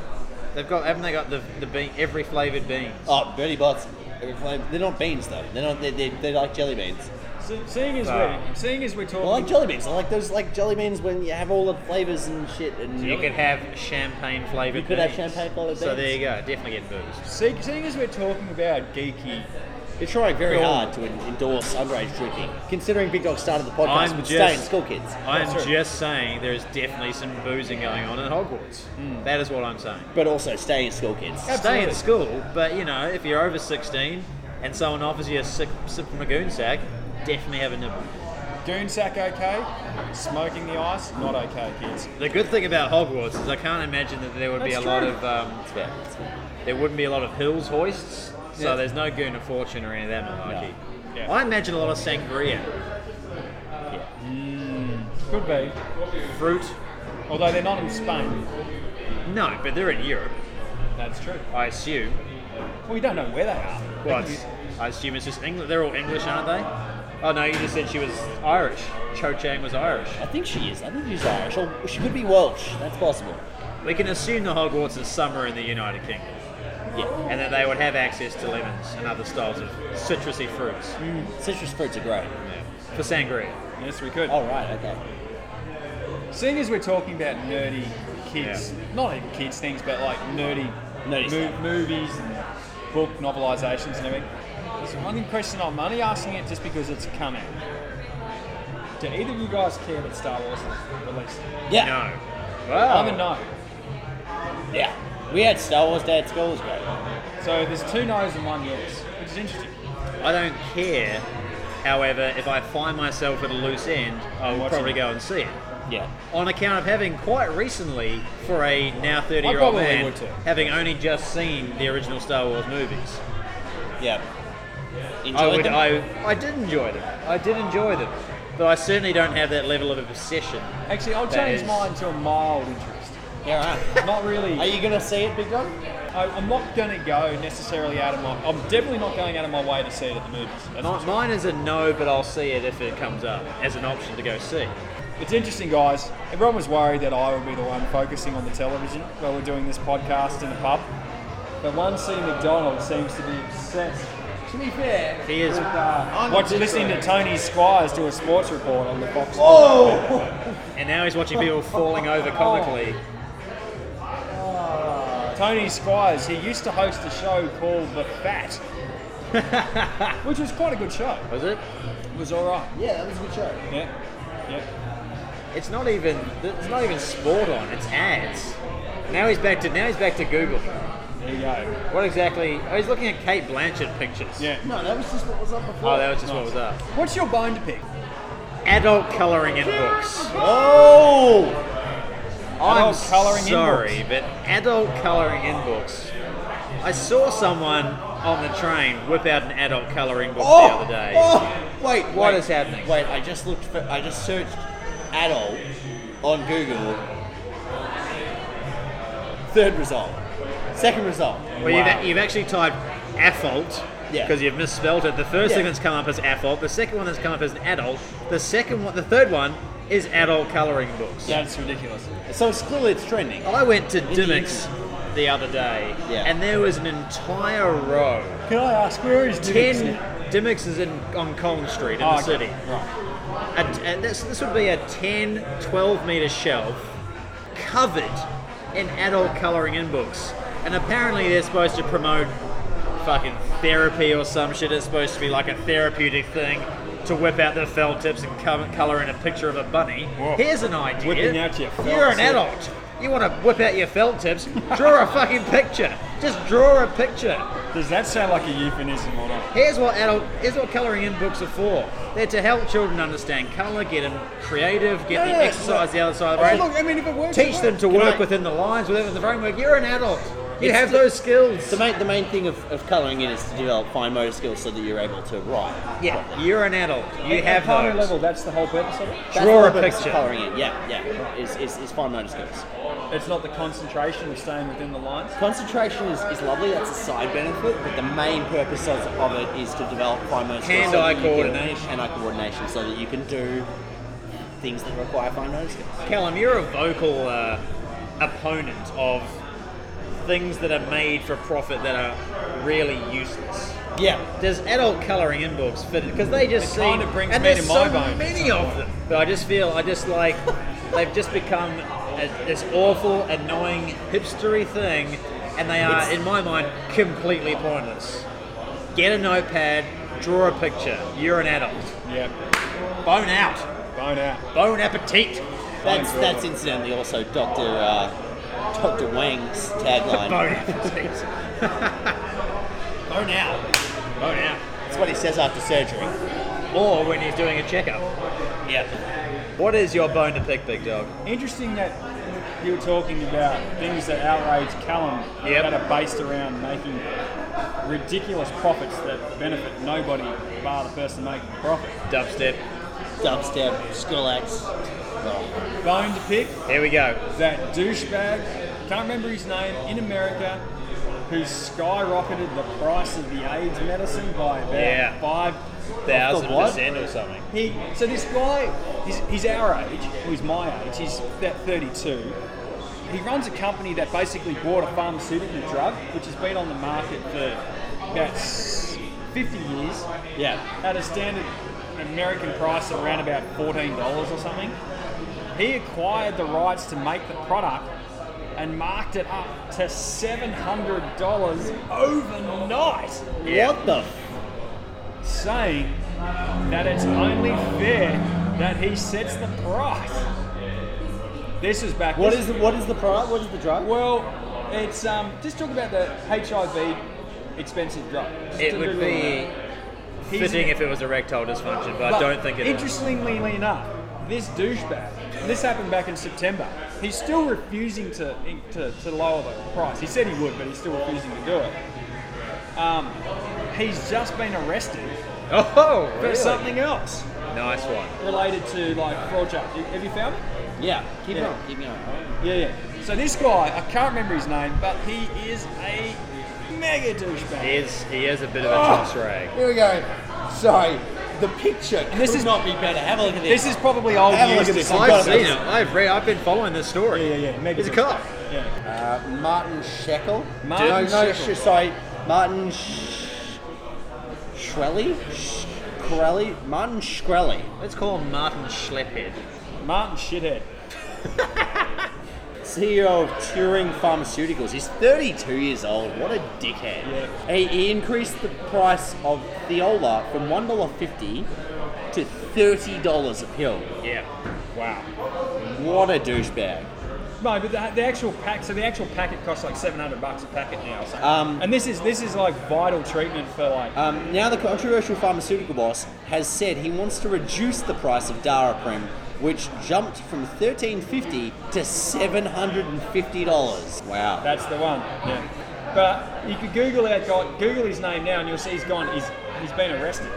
B: They've got, haven't they got the, the bean, every flavoured beans?
C: Oh, Bernie Bott's. They're not beans though. They're not. They're, they're, they're like jelly beans.
A: See, seeing as
B: Nah.
A: we're seeing as we're
C: I
A: talking,
C: like jelly beans. I like those like jelly beans when you have all the flavors and shit. And
B: You could have champagne flavoured
C: You could have champagne-flavoured
B: So
C: beans.
B: there you go, definitely get booze.
A: see, seeing as we're talking about geeky,
C: You're trying very
A: Go on.
C: hard to en- endorse underage drinking, considering Big Dog started the podcast
B: I'm
C: with
B: just-
C: staying school kids.
B: I'm
A: That's right.
B: just saying there is definitely some boozing going on in Hogwarts.
A: Hmm.
B: That is what I'm saying.
C: But also staying school kids.
B: Stay in school, but you know, if you're over 16 and someone offers you a sip, sip from a goon sack, definitely have a nibble.
A: Goonsack okay, smoking the ice not okay, kids.
B: The good thing about Hogwarts is I can't imagine that there would be a
A: That's
B: lot
A: true.
B: of um,
C: That's fair, that's fair.
B: there wouldn't be a lot of hills hoists, so
A: Yeah.
B: there's no goon of fortune or any of that malarkey.
A: No. Yeah.
B: I imagine a lot of sangria,
A: Could be,
B: fruit.
A: although they're not in Spain.
B: No, but they're in Europe,
A: That's true.
B: I assume.
A: We don't know where they are.
B: Well, it's- I assume it's just England. They're all English, aren't they? Oh no, you just said she was Irish. Cho Chang was Irish.
C: I think she is. I think she's Irish. Or she could be Welsh. That's possible.
B: We can assume the Hogwarts is somewhere in the United Kingdom.
C: Yeah.
B: and that they would have access to lemons and other styles of citrusy fruits
C: Citrus fruits are great.
B: for sangria.
A: Yes, we could.
C: Oh, right, okay.
A: Seeing as we're talking about nerdy kids, not even kids things, but like nerdy,
C: Nerdy stuff.
A: movies and book novelizations and everything. There's one question I'm only asking it just because it's coming. Do either of you guys care that Star Wars is released?
C: Yeah.
B: No.
A: I'm
B: Wow.
A: a no.
C: Yeah. We had Star Wars Day at school. It was great.
A: So there's two no's and one yes, which is interesting.
B: I don't care. However, if I find myself at a loose end, I will
A: Watch
B: probably
A: it.
B: go and see it.
C: Yeah.
B: On account of having quite recently, for a now 30
A: I
B: year old
A: probably
B: man,
A: would too.
B: having only just seen the original Star Wars movies,
C: Yeah.
B: I,
C: Enjoyed
B: would,
C: them?
B: I, I did enjoy them. I did enjoy them. But I certainly don't have that level of obsession.
A: Actually, I'll
B: That
A: change
B: is-
A: mine to a mild interest.
C: Yeah, right.
A: Not really.
C: Are you going to see it, Big Dog?
A: I, I'm not going to go necessarily out of my. I'm definitely not going out of my way to see it at the movies. That's
B: Mi- Mine is a no, but I'll see it if it comes up as an option to go see.
A: It's interesting, guys. Everyone was worried that I would be the one focusing on the television while we're doing this podcast in the pub. But one C. McDonald seems to be obsessed. To be fair,
B: He is.
A: with, uh, watch, listening to Tony Squires do a sports report on the Fox.
C: Oh!
B: And now he's watching people falling over comically.
A: Tony Squires, he used to host a show called The Fat, which was quite a good show.
B: Was it?
A: It was alright.
C: Yeah, that was a good show.
A: Yeah. Yeah.
B: It's not even. It's not even sport on. It's ads. Now he's back to. Now he's back to Google.
A: There you go.
B: What exactly? Oh, he's looking at Kate Blanchett pictures.
A: Yeah.
C: No, that was just what was up before.
B: Oh, that was just what was up.
A: What's your bone to pick?
B: Adult colouring in books.
C: Oh!
B: I'm
A: Adult colouring in
B: sorry, but adult colouring in books. I saw someone on the train whip out an adult colouring book
C: Oh!
B: the other day.
C: Oh! Wait,
B: What
C: wait,
B: is happening?
C: Wait, I just looked for. I just searched adult on Google. Third result. Second result.
B: Well,
A: Wow.
B: you've, you've actually typed affult
C: Yeah.
B: because you've misspelled it. The first thing
C: Yeah.
B: that's come up is affult. The second one that's come up is an adult. The second one, the third one is adult colouring books.
A: That's ridiculous.
C: So it's clearly it's trending.
B: I went to
C: the
B: Dimmicks the other day,
C: Yeah.
B: and there was an entire row.
A: Can I ask where is
B: Ten Dimmicks is in on Collins Street in
A: Oh,
B: the
A: okay.
B: city.
A: Right.
B: A, and this, this would be a 10, 12 metre shelf covered in adult colouring in books. And apparently they're supposed to promote fucking therapy or some shit. It's supposed to be like a therapeutic thing to whip out the felt tips and co- colour in a picture of a bunny.
A: Whoa.
B: Here's an idea.
A: Whipping out your felt
B: You're an
A: tip.
B: adult. You want to whip out your felt tips? Draw a fucking picture. Just draw a picture.
A: Does that sound like a euphemism or not?
B: Here's what adult, here's what colouring in books are for. They're to help children understand colour, get them creative, get
C: Yeah,
B: the
C: yeah,
B: exercise
C: yeah.
B: the other side of the brain,
C: Look, I mean, if it works, it
B: teach them
C: works.
B: to
C: Can
B: work
C: I-
B: within the lines, within the framework. You're an adult. You
C: It's
B: have
C: the-
B: those skills.
C: The main, the main thing of, of colouring in is to develop fine motor skills so that you're able to write.
B: Yeah, you're an adult. You
A: At-
B: have
A: at primary
B: those.
A: level, that's the whole purpose of it.
C: That's
B: Draw
C: the
B: a
C: purpose of
B: picture.
C: Colouring in, yeah, yeah, is, is, is fine motor skills.
A: It's not the concentration of staying within the lines.
C: Concentration is, is lovely, that's a side benefit, but the main purpose of, of it is to develop fine motor skills. so
B: Hand-eye
C: that you can-
B: coordination.
C: Hand-eye coordination, so that you can do things that require fine motor skills.
B: Callum, you're a vocal uh, opponent of things that are made for profit that are really useless.
C: Yeah.
B: Does adult colouring in books fit? Because they just
D: It
B: seem,
D: kinda brings
B: and
D: me to
B: there's
D: my
B: so
D: bones at
B: many
D: some
B: of
D: point.
B: them. But I just feel, I just like, they've just become a, this awful, annoying, hipstery thing, and they are, in my mind, completely pointless. Get a notepad, draw a picture. You're an adult.
A: Yep.
B: Bone out.
A: Bone out.
B: Bon appetit.
C: That's that's incidentally also Doctor uh, Doctor Wang's tagline.
B: Bone appetit. Bone out. Bone out.
C: That's what he says after surgery.
B: Or when he's doing a checkup. Yeah. What is your bone to pick, big dog?
A: Interesting that you were talking about things that outrage Callum
B: Yep.
A: that are based around making ridiculous profits that benefit nobody bar the person making the profit.
B: Dubstep.
C: Dubstep, Skrillex. Oh,
A: Bone to pick
B: Here we go.
A: that douchebag, can't remember his name, in America, who skyrocketed the price of the AIDS medicine by about
B: Yeah.
A: five
B: Thousand
A: Of the what?
B: percent or something.
A: He so this guy, he's, he's our age, or he's my age. He's about thirty-two. He runs a company that basically bought a pharmaceutical drug, which has been on the market for about s- fifty years,
B: Yeah.
A: at a standard American price of around about fourteen dollars or something. He acquired the rights to make the product and marked it up to seven hundred dollars overnight
C: What the?
A: saying that it's only fair that he sets the price. This is back.
C: What
A: this-
C: is the, what is the product? What is the drug?
A: Well, it's um, just talk about the HIV expensive drug. Just
B: It
A: a
B: would
A: little
B: be
A: amount. He's
B: fitting
A: in-
B: if it was erectile dysfunction, but,
A: but
B: I don't think it is.
A: Interestingly enough, this douchebag. This happened back in September. He's still refusing to, to to lower the price. He said he would, but he's still refusing to do it. Um, he's just been arrested
B: Oh,
A: for
B: really?
A: something else.
B: Nice one.
A: related to like fraud charge. You- Have you found it?
C: Yeah. Keep
A: Yeah.
C: going. Keep going.
A: Yeah, yeah. So this guy, I can't remember his name, but he is a mega douchebag.
B: He is, he is a bit of a
C: Oh.
B: toss rag.
C: Here we go. Sorry. The picture.
A: This
C: This
A: is-
C: is not be better. Have a look at this.
A: This is probably old
C: Have a
A: news
C: look at
A: to
C: this.
A: some
C: I've
A: guy.
C: seen it.
B: I've read. I've been following this story.
A: Yeah, yeah, yeah. Mega
B: He's a
A: douchebag.
B: cop.
A: Yeah.
C: Uh, Martin Shekel.
A: Martin
C: no, no,
A: Shekel.
C: Sh- sorry, Martin Sh- Shkreli. Sh- Shkreli. Martin Shkreli.
B: Let's call him Martin Schlephead.
A: Martin shithead.
C: CEO E of Turing Pharmaceuticals. He's 32 years old. What a dickhead.
A: Yeah.
C: He, he increased the price of Theola from $1.50 to $30 a pill.
B: Yeah.
A: Wow.
C: What a douchebag.
A: No, but the, the actual pack. So the actual packet costs like seven hundred bucks a packet now. So.
C: Um,
A: and this is this is like vital treatment for like.
C: Um, now, the controversial pharmaceutical boss has said he wants to reduce the price of Daraprim, which jumped from $13.50 to $750. Wow.
A: That's the one. Yeah. But you could Google that guy. Google his name now, and you'll see he's gone. He's he's been arrested.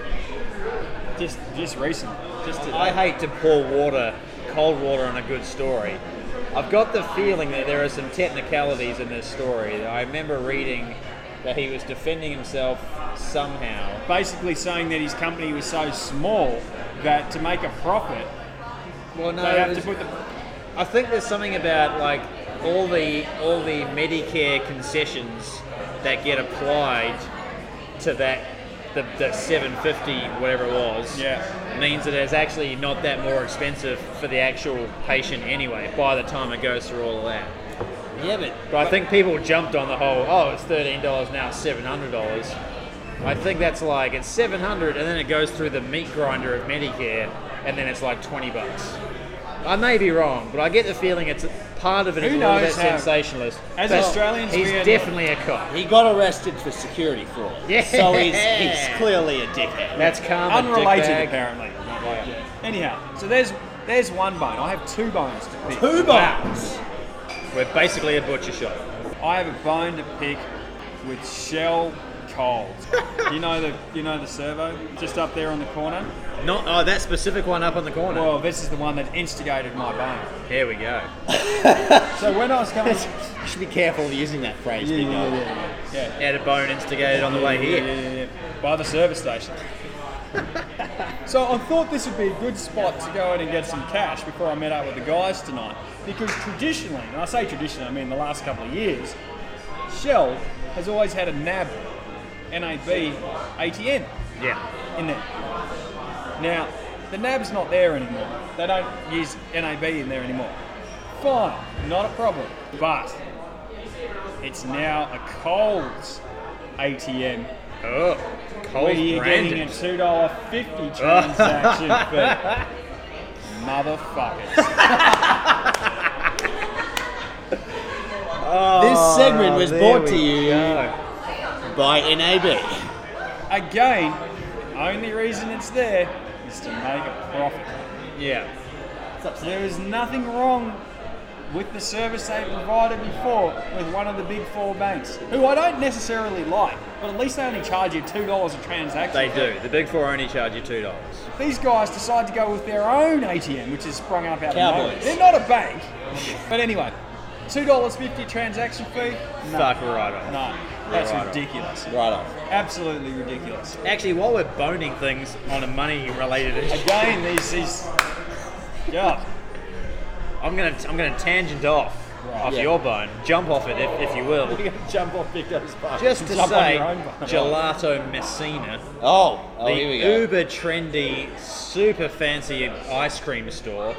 A: Just just recently. Just today.
B: I hate to pour water, cold water, on a good story. I've got the feeling that there are some technicalities in this story. I remember reading that he was defending himself somehow.
A: basically saying that his company was so small that to make a profit,
B: Well, no,
A: they have to
B: there's-
A: put the.
B: I think there's something about like all the all the Medicare concessions that get applied to that the, the 750 whatever it was
A: Yeah.
B: means that it's actually not that more expensive for the actual patient anyway by the time it goes through all of that.
C: Yeah, but
B: But I think people jumped on the whole, oh, it's thirteen dollars now, it's seven hundred dollars. I think that's like it's seven hundred, and then it goes through the meat grinder of Medicare, and then it's like twenty bucks. I may be wrong, but I get the feeling it's part of it. is
A: Who
B: a little
A: knows
B: bit
A: how-
B: sensationalist.
A: As
B: But
A: Australians,
B: he's
A: we are
B: definitely a cop.
C: he got arrested for security fraud.
B: Yeah.
C: So he's, he's clearly a dickhead.
B: That's karma.
A: unrelated
B: dickbag.
A: apparently. Anyhow, so there's there's one bone. I have two bones to pick.
C: Two bones.
B: We're basically a butcher shop.
A: I have a bone to pick with Shell Coles. you know the you know the servo just up there on the corner.
B: Not oh, that specific one up on the corner.
A: Well, this is the one that instigated my bone.
B: Here we go.
A: So when I was coming.
C: you should be careful of using that phrase.
A: Yeah,
C: big
A: yeah,
C: guy.
A: yeah, yeah.
B: Had a bone instigated on the way
A: Yeah,
B: here.
A: yeah, yeah, yeah. By the service station. so I thought this would be a good spot to go in and get some cash before I met up with the guys tonight. Because traditionally, and I say traditionally, I mean the last couple of years, shell has always had a NAB, NAB, ATN
B: Yeah.
A: in there. Now, the NAB's not there anymore. They don't use NAB in there anymore. Fine, not a problem. But it's now a Coles ATM.
B: Oh, Coles
A: where you're
B: branded.
A: getting a two dollar fifty transaction fee. Motherfuckers.
C: This segment was
B: there
C: brought to
B: we
C: you
B: go.
C: by NAB.
A: Again, only reason it's there is to make a profit.
B: Yeah.
A: There is nothing wrong with the service they provided before with one of the big four banks, who I don't necessarily like, but at least they only charge you two dollars a transaction.
B: They do. The big four only charge you two dollars.
A: These guys decide to go with their own ATM, which has sprung up out of nowhere.
C: Cowboys.
A: They're not a bank, but anyway, two dollars fifty transaction fee. No,
B: Fuck right off.
A: no, that's
B: Right on.
A: ridiculous.
C: Right off.
A: Absolutely ridiculous.
B: Actually, while we're boning things on a money-related issue,
A: Again, these these. Yeah.
B: I'm gonna I'm gonna tangent off off
C: Yeah.
B: your bone, jump off it if, if you will.
C: We're gonna jump off Big Daddy's bike.
B: Just to
A: Jump on
B: say,
A: your own bone.
B: Gelato Messina,
C: oh, oh,
B: the
C: here we go.
B: uber trendy, super fancy ice cream store.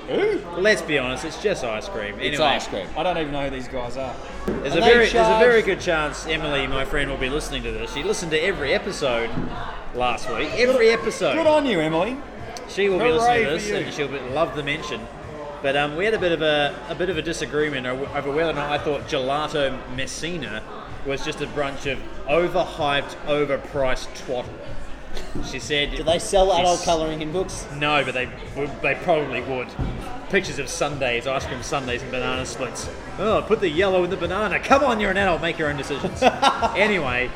B: Let's be honest, it's just ice cream.
C: It's
B: Anyway,
C: ice cream.
A: I don't even know who these guys are.
B: There's a
C: And they
B: very there's a very
C: charge-
B: good chance Emily, my friend, will be listening to this. She listened to every episode last week. Every episode.
A: Good on you, Emily.
B: She will be
A: Hooray
B: listening to
A: for
B: this,
A: you.
B: and she'll be, love the mention. But um, we had a bit of a, a bit of a disagreement over over whether or not I thought gelato Messina was just a bunch of overhyped, overpriced twaddle. She said,
C: Do they sell adult
B: Yes.
C: colouring in books?
B: No, but they would- they probably would. Pictures of sundaes, ice cream sundaes, and banana splits. Oh, put the yellow in the banana. Come on, you're an adult. Make your own decisions. anyway,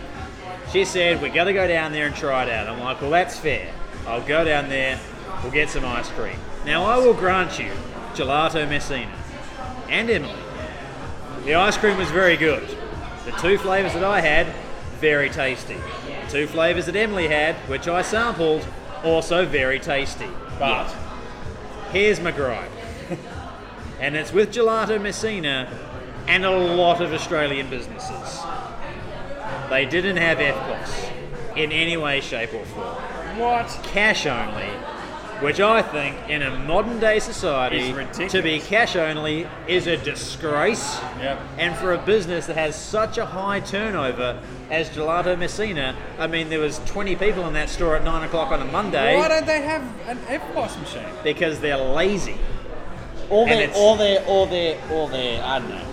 B: she said, We're going to go down there and try it out. I'm like, Well, that's fair. I'll go down there, we'll get some ice cream. Now, I will grant you, Gelato Messina and Emily, the ice cream was very good. The two flavours that I had, very tasty. The two flavours that Emily had, which I sampled, also very tasty. But here's my gripe. and it's with Gelato Messina and a lot of Australian businesses. They didn't have FBOS in any way, shape, or form.
A: What?
B: Cash only, which I think in a modern day
A: Is
B: society
A: ridiculous.
B: to be cash only is a disgrace.
A: Yep.
B: And for a business that has such a high turnover as Gelato Messina, I mean, there was 20 people in that store at 9 o'clock on a Monday
A: Why don't they have an FBOS machine?
B: because they're lazy.
C: All
B: And
C: their,
B: it's-
C: all their, all their, all their. I don't know.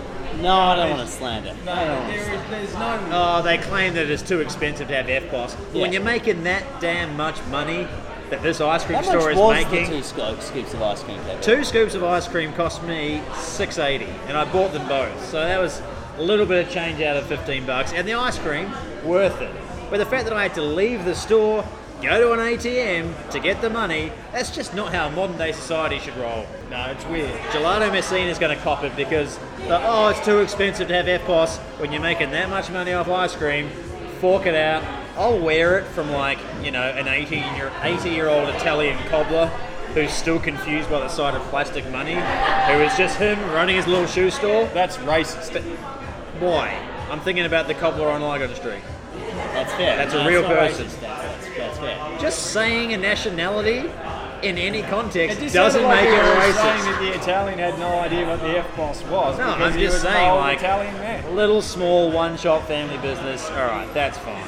C: No, I don't want to slander.
A: No,
C: I don't wanna
A: there is, there's no.
B: Oh, they claim that it's too expensive to have FBOS. But When
C: Yeah.
B: you're making that damn much money that this ice cream
C: How much
B: store is
C: was
B: making,
C: the two sco- scoops of ice cream cake?
B: two scoops of ice cream cost me 6.80, and I bought them both. So that was a little bit of change out of 15 bucks, and the ice cream worth it. But the fact that I had to leave the store, go to an ATM to get the money, that's just not how modern day society should roll.
A: No, it's weird.
B: Gelato Messina is going to cop it because the, oh, it's too expensive to have FPOS when you're making that much money off ice cream. Fork it out. I'll wear it from like you know an 18 year 80 year old Italian cobbler who's still confused by the sight of plastic money, who is just him running his little shoe store.
A: That's racist.
B: Why? I'm thinking about the cobbler on Ligon Street.
C: That's fair.
B: That's a
C: No, it's
B: real
C: not
B: person.
C: racist. That's, that's, that's fair.
B: Just saying a nationality in any
A: It
B: context
A: just
B: doesn't
A: sounded like
B: make
A: you
B: it
A: were
B: racist.
A: Saying that the Italian had no idea what the F boss was.
B: No,
A: because
B: I'm
A: he
B: just
A: was an
B: saying,
A: old
B: like-
A: Italian man.
B: little small one shop family business, all right, that's fine.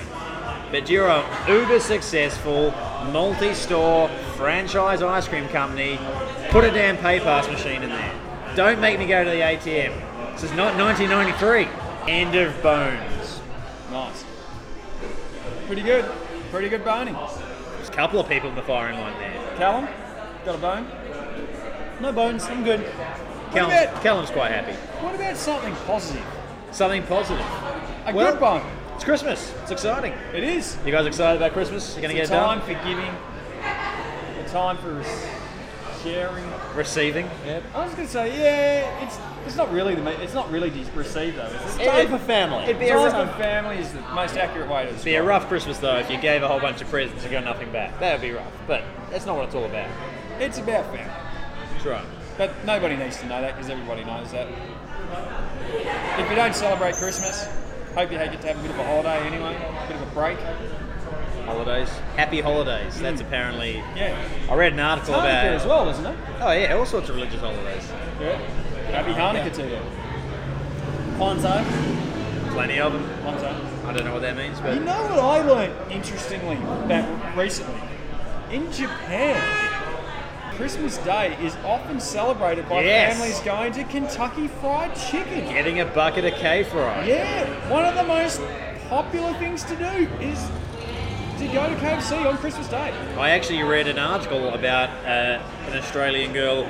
B: But you're a uber successful multi store franchise ice cream company. Put a damn pay pass machine in there. Don't make me go to the ATM. This is not 1993. End of bones.
A: Nice. Pretty good. Pretty good boning.
B: There's a couple of people in the firing line there.
A: Callum, got a bone? No bones. I'm good. What
B: Callum's,
A: about,
B: Callum's quite happy.
A: what about something positive?
B: Something positive.
A: A
B: Well-
A: good bone.
B: It's Christmas. It's exciting.
A: It is.
B: You guys excited about Christmas? You gonna
A: it's
B: get it
A: a time
B: done?
A: for giving. A time for res- sharing.
B: Receiving.
A: Yep. I was gonna say, yeah, it's it's not really the ma- it's not really de- received though. Is it?
C: It's time for family.
B: It'd be a
A: Time
B: re-
A: for family is the most accurate way to describe.
B: Be a rough Christmas though if you gave a whole bunch of presents and got nothing back. That would be rough, but that's not what it's all about.
A: it. It's about family.
B: That's right.
A: But nobody needs to know that because everybody knows that. If you don't celebrate Christmas, Hope you had get to have a bit of a holiday anyway, a bit of a break.
D: Holidays.
B: Happy holidays. That's apparently.
A: Yeah.
B: I read an article about.
A: Hanukkah as well, isn't it?
B: Oh yeah, all sorts of religious holidays.
A: Yeah. Happy Hanukkah to you.
C: Kwanzaa.
B: Plenty of them.
A: One time.
B: I don't know what that means,
A: You
B: but
A: know what I learned, interestingly, that recently? In Japan, Christmas Day is often celebrated by
B: Yes.
A: families going to Kentucky Fried Chicken. Yeah.
B: getting a bucket of K fry.
A: one of the most popular things to do is to go to KFC on Christmas Day.
B: I actually read an article about uh, an Australian girl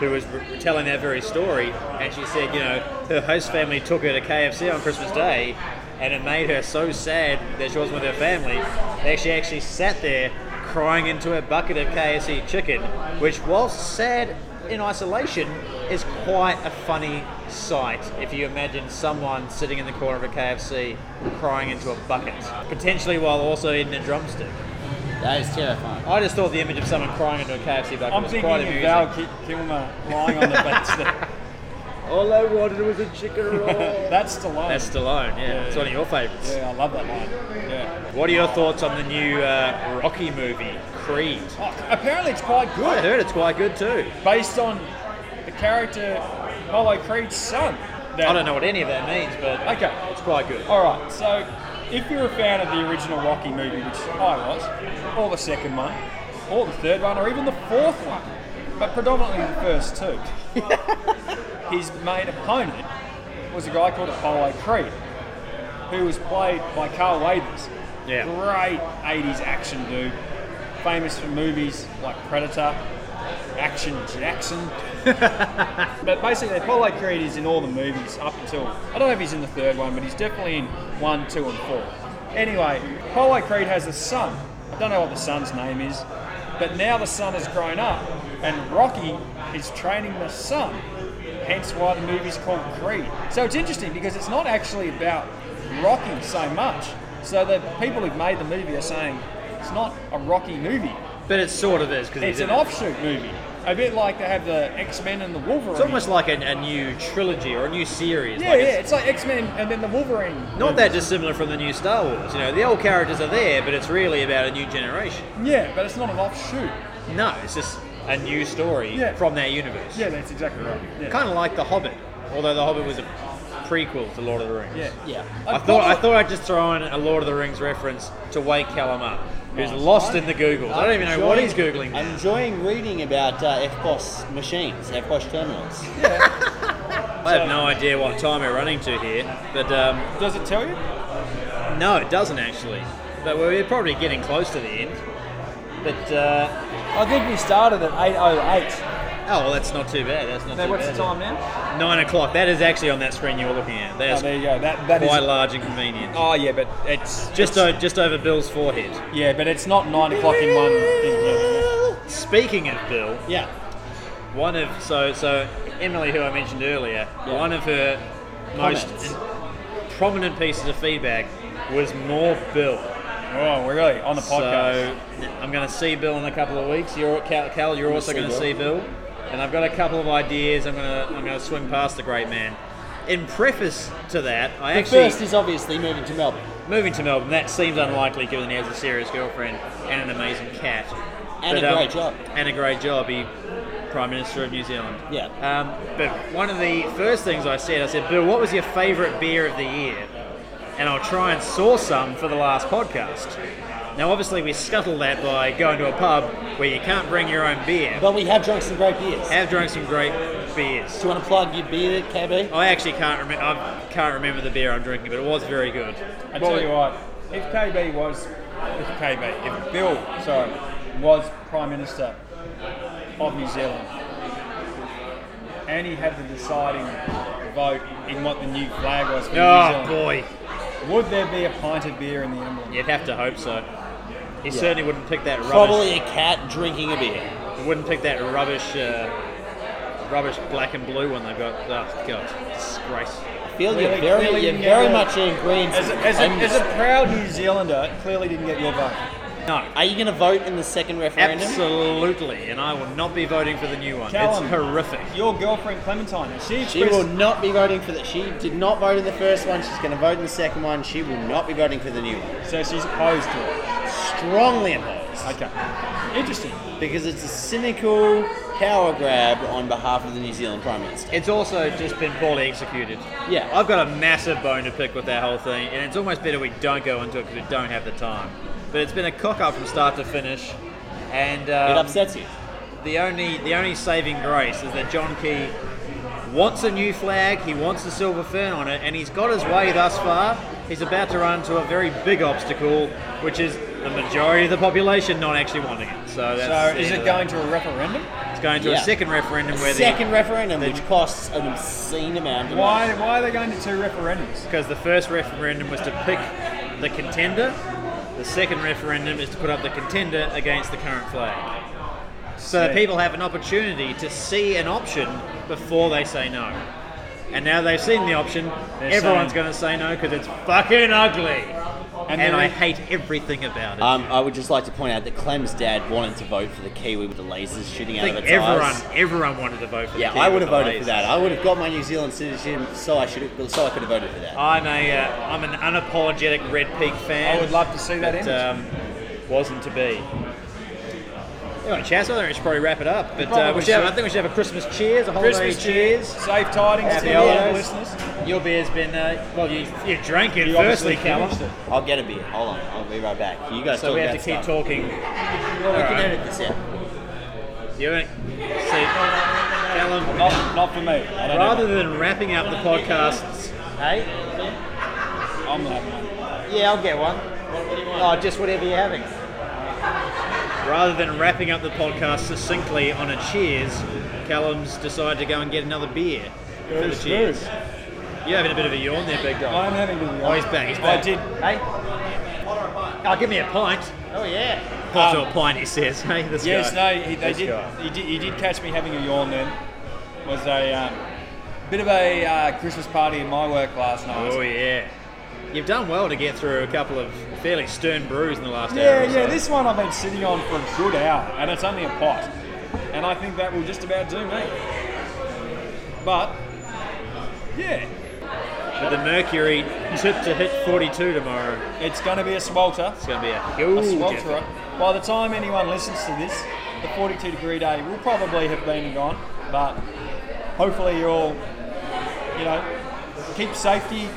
B: who was re- telling that very story, and she said, you know, her host family took her to KFC on Christmas Day, and it made her so sad that she wasn't with her family that she actually sat there crying into a bucket of KFC chicken, which, whilst sad in isolation, is quite a funny sight if you imagine someone sitting in the corner of a KFC crying into a bucket, potentially while also eating a drumstick.
C: That is terrifying.
B: I just thought the image of someone crying into a KFC bucket
A: I'm
B: was
A: thinking
B: quite
A: of
B: amusing.
A: Val Ki- Kilmer lying on the bench there.
B: All I wanted was a chicken roll.
A: That's Stallone.
B: That's Stallone, yeah. It's one of your favourites.
A: yeah, I love that line. Yeah.
B: What are your thoughts on the new uh, Rocky movie, Creed?
A: Oh, apparently it's quite good.
B: I heard it's quite good too.
A: based on the character Apollo Creed's son.
B: I don't know what any of that means, but
A: Okay.
B: it's quite good.
A: All right, so if you're a fan of the original Rocky movie, which I was, or the second one, or the third one, or even the fourth one, but predominantly the first two, his main opponent was a guy called Apollo Creed, who was played by Carl Weathers.
B: Yeah.
A: Great 80s action dude, famous for movies like Predator, Action Jackson. But basically, Apollo Creed is in all the movies up until I don't know if he's in the third one, but he's definitely in one, two, and four. Anyway, Apollo Creed has a son. I don't know what the son's name is, but now the son has grown up, and Rocky is training the son. Hence why the movie's called Creed. So it's interesting because it's not actually about Rocky so much. So the people who've made the movie are saying it's not a Rocky movie.
B: But it sort of is because
A: It's an offshoot movie. A bit like they have the X Men and the Wolverine.
B: It's almost like a, a new trilogy or a new series.
A: Yeah,
B: like
A: yeah,
B: it's-
A: it's like X Men and then the Wolverine.
B: Not that dissimilar from the new Star Wars. You know, the old characters are there, but it's really about a new generation.
A: Yeah, but it's not an offshoot.
B: No, it's just a new story
A: Yeah.
B: from that universe.
A: Yeah, that's exactly right. Yeah.
B: Kind of like The Hobbit, although The Hobbit was a prequel to Lord of the Rings.
A: yeah.
C: Yeah.
B: I thought I thought I'd just throw in a Lord of the Rings reference to Wake Callum up, who's
A: Nice.
B: lost in the Googles. I don't even know what he's
C: Enjoying-
B: googling. now.
C: Enjoying reading about uh, FPOS machines, FPOS terminals.
B: I have no idea what time we're running to here, but um,
A: Does it tell you?
B: no, it doesn't actually. But we're probably getting close to the end. But uh,
A: I think we started at eight oh eight.
B: oh, well, that's not too bad. That's not too bad.
A: now?
B: Nine o'clock. That is actually on that screen you were looking at.
A: Oh,
B: That's
A: there you go. That that is.
B: quite large and convenient.
A: oh yeah, but it's
B: Just
A: it's,
B: o- just over Bill's forehead.
A: yeah, but it's not nine o'clock in one. Thing, yeah, yeah.
B: Speaking of Bill,
C: Yeah.
B: One of so so Emily, who I mentioned earlier, one of her most
C: Comments.
B: prominent pieces of feedback was more Bill.
A: Oh, we're really on the
B: So
A: podcast.
B: I'm going to see Bill in a couple of weeks. You're Cal, Cal you're also
C: see
B: going to
C: Bill.
B: see Bill, and I've got a couple of ideas. I'm going to I'm going to swing past the great man. In preface to that, I
C: The
B: actually
C: first is obviously moving to Melbourne.
B: moving to Melbourne. That seems unlikely given he has a serious girlfriend and an amazing cat um,
C: And a great job.
B: And a great job. He Prime Minister of New Zealand.
C: Yeah.
B: Um, but one of the first things I said, I said, Bill, what was your favourite beer of the year? And I'll try and source some for the last podcast. Now, obviously, we scuttle that by going to a pub where you can't bring your own beer.
C: But we have drunk some great beers. Do
B: Have drunk some great beers.
C: you want to plug your beer, KB?
B: I actually can't remember. I can't remember the beer I'm drinking, but it was very good.
A: I tell you what, if KB was, if KB, if Bill, sorry, was Prime Minister of New Zealand, and he had the deciding vote in what the new flag was for
B: Oh
A: New Zealand,
B: boy.
A: would there be a pint of beer in the emblem?
B: You'd have to hope so. He certainly wouldn't pick that rubbish.
C: Probably a cat drinking a beer.
B: wouldn't pick that rubbish, uh, rubbish black and blue one they've got. Oh god, disgrace.
C: I feel you're
A: Really,
C: very,
A: really
C: you're very
A: never-
C: much in green.
A: As a, as, a, as a proud New Zealander, clearly didn't get your vote.
B: No.
C: Are you going to vote in the second referendum?
B: Absolutely, and I will not be voting for the new one.
A: Callum.
B: It's horrific.
A: Your girlfriend Clementine, has she
C: She will
A: expressed
C: not be voting for the. She did not vote in the first one. She's going to vote in the second one. She will not be voting for the new one.
A: so she's opposed to it.
C: Strongly opposed
A: Okay. Interesting.
C: because it's a cynical power grab on behalf of the New Zealand Prime Minister.
B: It's also just been poorly executed.
C: Yeah.
B: I've got a massive bone to pick with that whole thing, and it's almost better we don't go into it because we don't have the time. But it's been a cock up from start to finish, and um,
C: It upsets you.
B: the only the only saving grace is that John Key wants a new flag. He wants the silver fern on it, and he's got his way thus far. He's about to run into a very big obstacle, which is the majority of the population not actually wanting it. So, that's
A: So
B: the
A: is
B: end
A: it
B: of that.
A: going to a referendum?
B: It's going to
C: Yeah.
B: a second referendum where
C: Second
B: the
C: referendum, which costs an obscene amount of
A: Why
C: money.
A: why are they going to two referendums?
B: because the first referendum was to pick the contender. The second referendum is to put up the contender against the current flag. So that
A: Sick.
B: people have an opportunity to see an option before they say no. And now they've seen the option,
A: saying-
B: everyone's going to say no because it's fucking ugly. And,
A: they're-
B: I hate everything about it.
C: Um, I would just like to point out that Clem's dad wanted to vote for the Kiwi with the lasers
B: I
C: shooting out of
B: think
C: its
B: everyone,
C: eyes.
B: everyone wanted to vote for
C: Yeah,
B: the Kiwi
C: I would have
B: with the
C: voted
B: lasers.
C: for that. I would have got my New Zealand citizenship, so I should have, so I could have voted for that.
B: I'm a uh, I'm an unapologetic Red Peak fan.
A: I would love to see that
B: but,
A: image.
B: um, wasn't to be. Anyway, Chaz, I think we should probably wrap it up. But uh, we
A: Probably
B: should have, I
A: should.
B: think we should have a Christmas cheers, a holiday
A: Christmas cheers,
B: cheers.
A: safe tidings
B: Happy
A: to all the
B: holidays.
A: listeners.
B: Your beer's been uh, well, you you drank it
A: You
B: firstly,
A: obviously
B: Callum.
A: finished it.
C: I'll get a beer. Hold on, I'll be right back. You guys
B: So
C: talk
B: we have to
C: about
B: keep
C: stuff.
B: talking.
C: Well, we
B: All
C: can
B: right.
C: edit this out.
B: You ain't- see, Callum.
A: Not, not for me. I don't
B: Rather
A: Rather,
B: than wrapping up the podcasts, hey,
A: I'm not having one.
B: eh? yeah, I'll get one. Oh, just whatever you're having. Rather than wrapping up the podcast succinctly on a cheers, Callum's decided to go and get another beer for the
A: Goes
B: cheers.
A: through.
B: You're having a bit of a yawn there, big guy.
A: I'm having a
B: Oh, he's back. He's back.
A: I did.
B: Hey. Oh, give me a pint.
C: Oh yeah.
B: Pot
A: Um,
B: or pint, he says. Hey, this
A: Yes,
B: guy.
A: no, he, they
B: This
A: did,
B: guy.
A: he did. He did catch me having a yawn. Then was a um, bit of a uh, Christmas party in my work last night.
B: Oh yeah. You've done well to get through a couple of fairly stern brews in the last hour.
A: yeah,
B: or
A: yeah.
B: so.
A: This one I've been sitting on for a good hour, and it's only a pot, and I think that will just about do me. But yeah,
B: With the mercury tip to hit 42 tomorrow.
A: it's going to be a swelter.
B: It's gonna be a
A: A
B: huge
A: swelter.
B: effort.
A: By the time anyone listens to this, the 42 degree day will probably have been and gone. But hopefully you all, you know, keep safety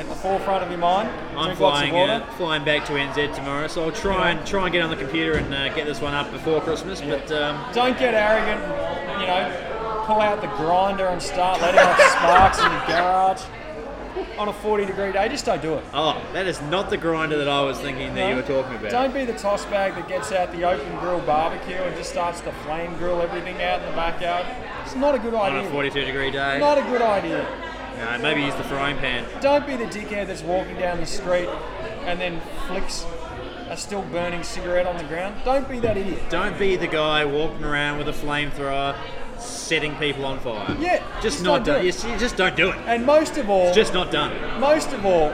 A: at the forefront of your mind.
B: I'm
A: Drink lots of
B: flying,
A: water.
B: uh, flying back to NZ tomorrow, so I'll try and try and get on the computer and uh, get this one up before Christmas. But um,
A: Don't get arrogant. and, You know, pull out the grinder and start letting off sparks in the garage on a 40 degree day. Just don't do it.
B: oh, that is not the grinder that I was thinking that you were talking about.
A: Don't be the toss bag that gets out the open grill barbecue and just starts to flame grill everything out in the backyard. It's not a good
B: on
A: idea.
B: a 42 degree day.
A: Not a good idea.
B: No, maybe use the frying pan.
A: Don't be the dickhead that's walking down the street and then flicks a still burning cigarette on the ground. Don't be that idiot.
B: Don't be the guy walking around with a flamethrower, setting people on fire.
A: Yeah,
B: just,
A: just don't
B: not
A: do
B: done.
A: it.
B: You see, just don't do it.
A: And most of all,
B: It's just not done.
A: most of all,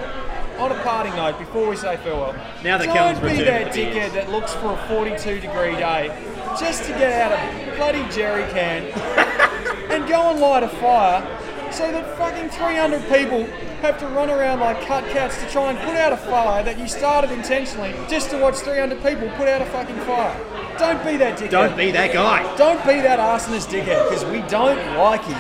A: on a parting note, before we say farewell,
B: Now that Callum's
A: don't be
B: returned
A: that
B: to the
A: dickhead
B: beers.
A: that looks for a 42 degree day just to get out a bloody jerry can and go and light a fire so that fucking 300 people have to run around like cut cats to try and put out a fire that you started intentionally just to watch 300 people put out a fucking fire. Don't be that dickhead.
B: Don't be that guy.
A: Don't be that arsonist dickhead because we don't like you.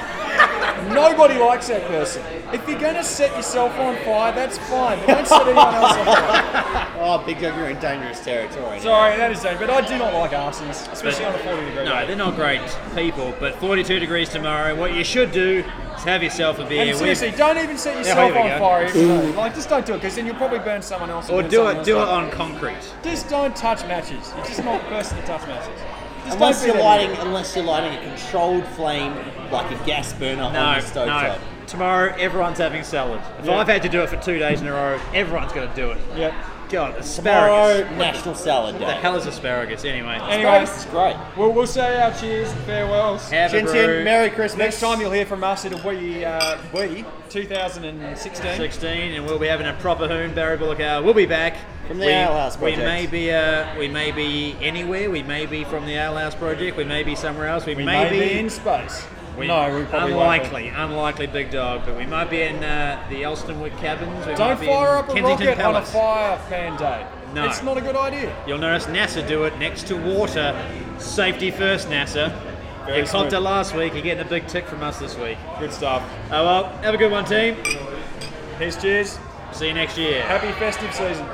A: Nobody likes that person. If you're going to set yourself on fire, that's fine, but don't set anyone else on fire.
C: Oh, big dog, you're in dangerous territory.
A: Sorry, that is dangerous, but I do not like arsonists, especially on a 40 degree
B: No,
A: day.
B: they're not great people. But 42 degrees tomorrow. What you should do is have yourself a beer.
A: And seriously, don't even set
B: here
A: yourself
B: we
A: on
B: go.
A: fire. Even
C: Mm.
A: though, like, just don't do it because then you'll probably burn someone else. and
B: or
A: burn
B: do
A: someone
B: it.
A: else
B: Do it
A: up.
B: on concrete.
A: Just don't touch matches. You're just not the person to touch matches. Just
C: Unless
A: don't
C: you're
A: be that
C: lighting, unless you're lighting a controlled flame like a gas burner on
B: No,
C: the stove
B: no.
C: top.
B: Tomorrow, everyone's having salad. If
A: Yeah.
B: I've had to do it for two days in a row, everyone's going to do it.
A: idiot. Yep.
B: God, asparagus.
C: Tomorrow, National Salad
B: The
C: Day.
B: hell is asparagus anyway?
A: Anyway,
C: It's great.
A: we'll, we'll say our cheers and farewells.
B: Have a
C: Chin
B: brew.
C: Chin, Merry Christmas.
A: Next time you'll hear from us, it'll be uh, we 2016.
B: 16, and we'll be having a proper hoon Barry Bullock hour. We'll be back
C: From the
B: we,
C: Ale House
B: We
C: Project.
B: may be, uh, we may be anywhere. We may be from the Ale House project. We may be somewhere else. We, may, be
A: in space.
B: we-
A: no, we probably Won't.
B: unlikely, unlikely, big dog. But we might be in uh, the Elstonwood cabins. We
A: Don't
B: might be
A: fire
B: in
A: up a
B: Kensington
A: rocket on a
B: Palace.
A: fire fan day.
B: No.
A: It's not a good idea.
B: You'll notice NASA do it next to water. Safety first, NASA.
A: Very
B: you copped
A: smooth.
B: it last week. You're getting a big tick from us this week. Uh,
A: Good stuff.
B: Oh well, have a good one, team.
A: Here's cheers.
B: See you next year.
A: Happy festive season.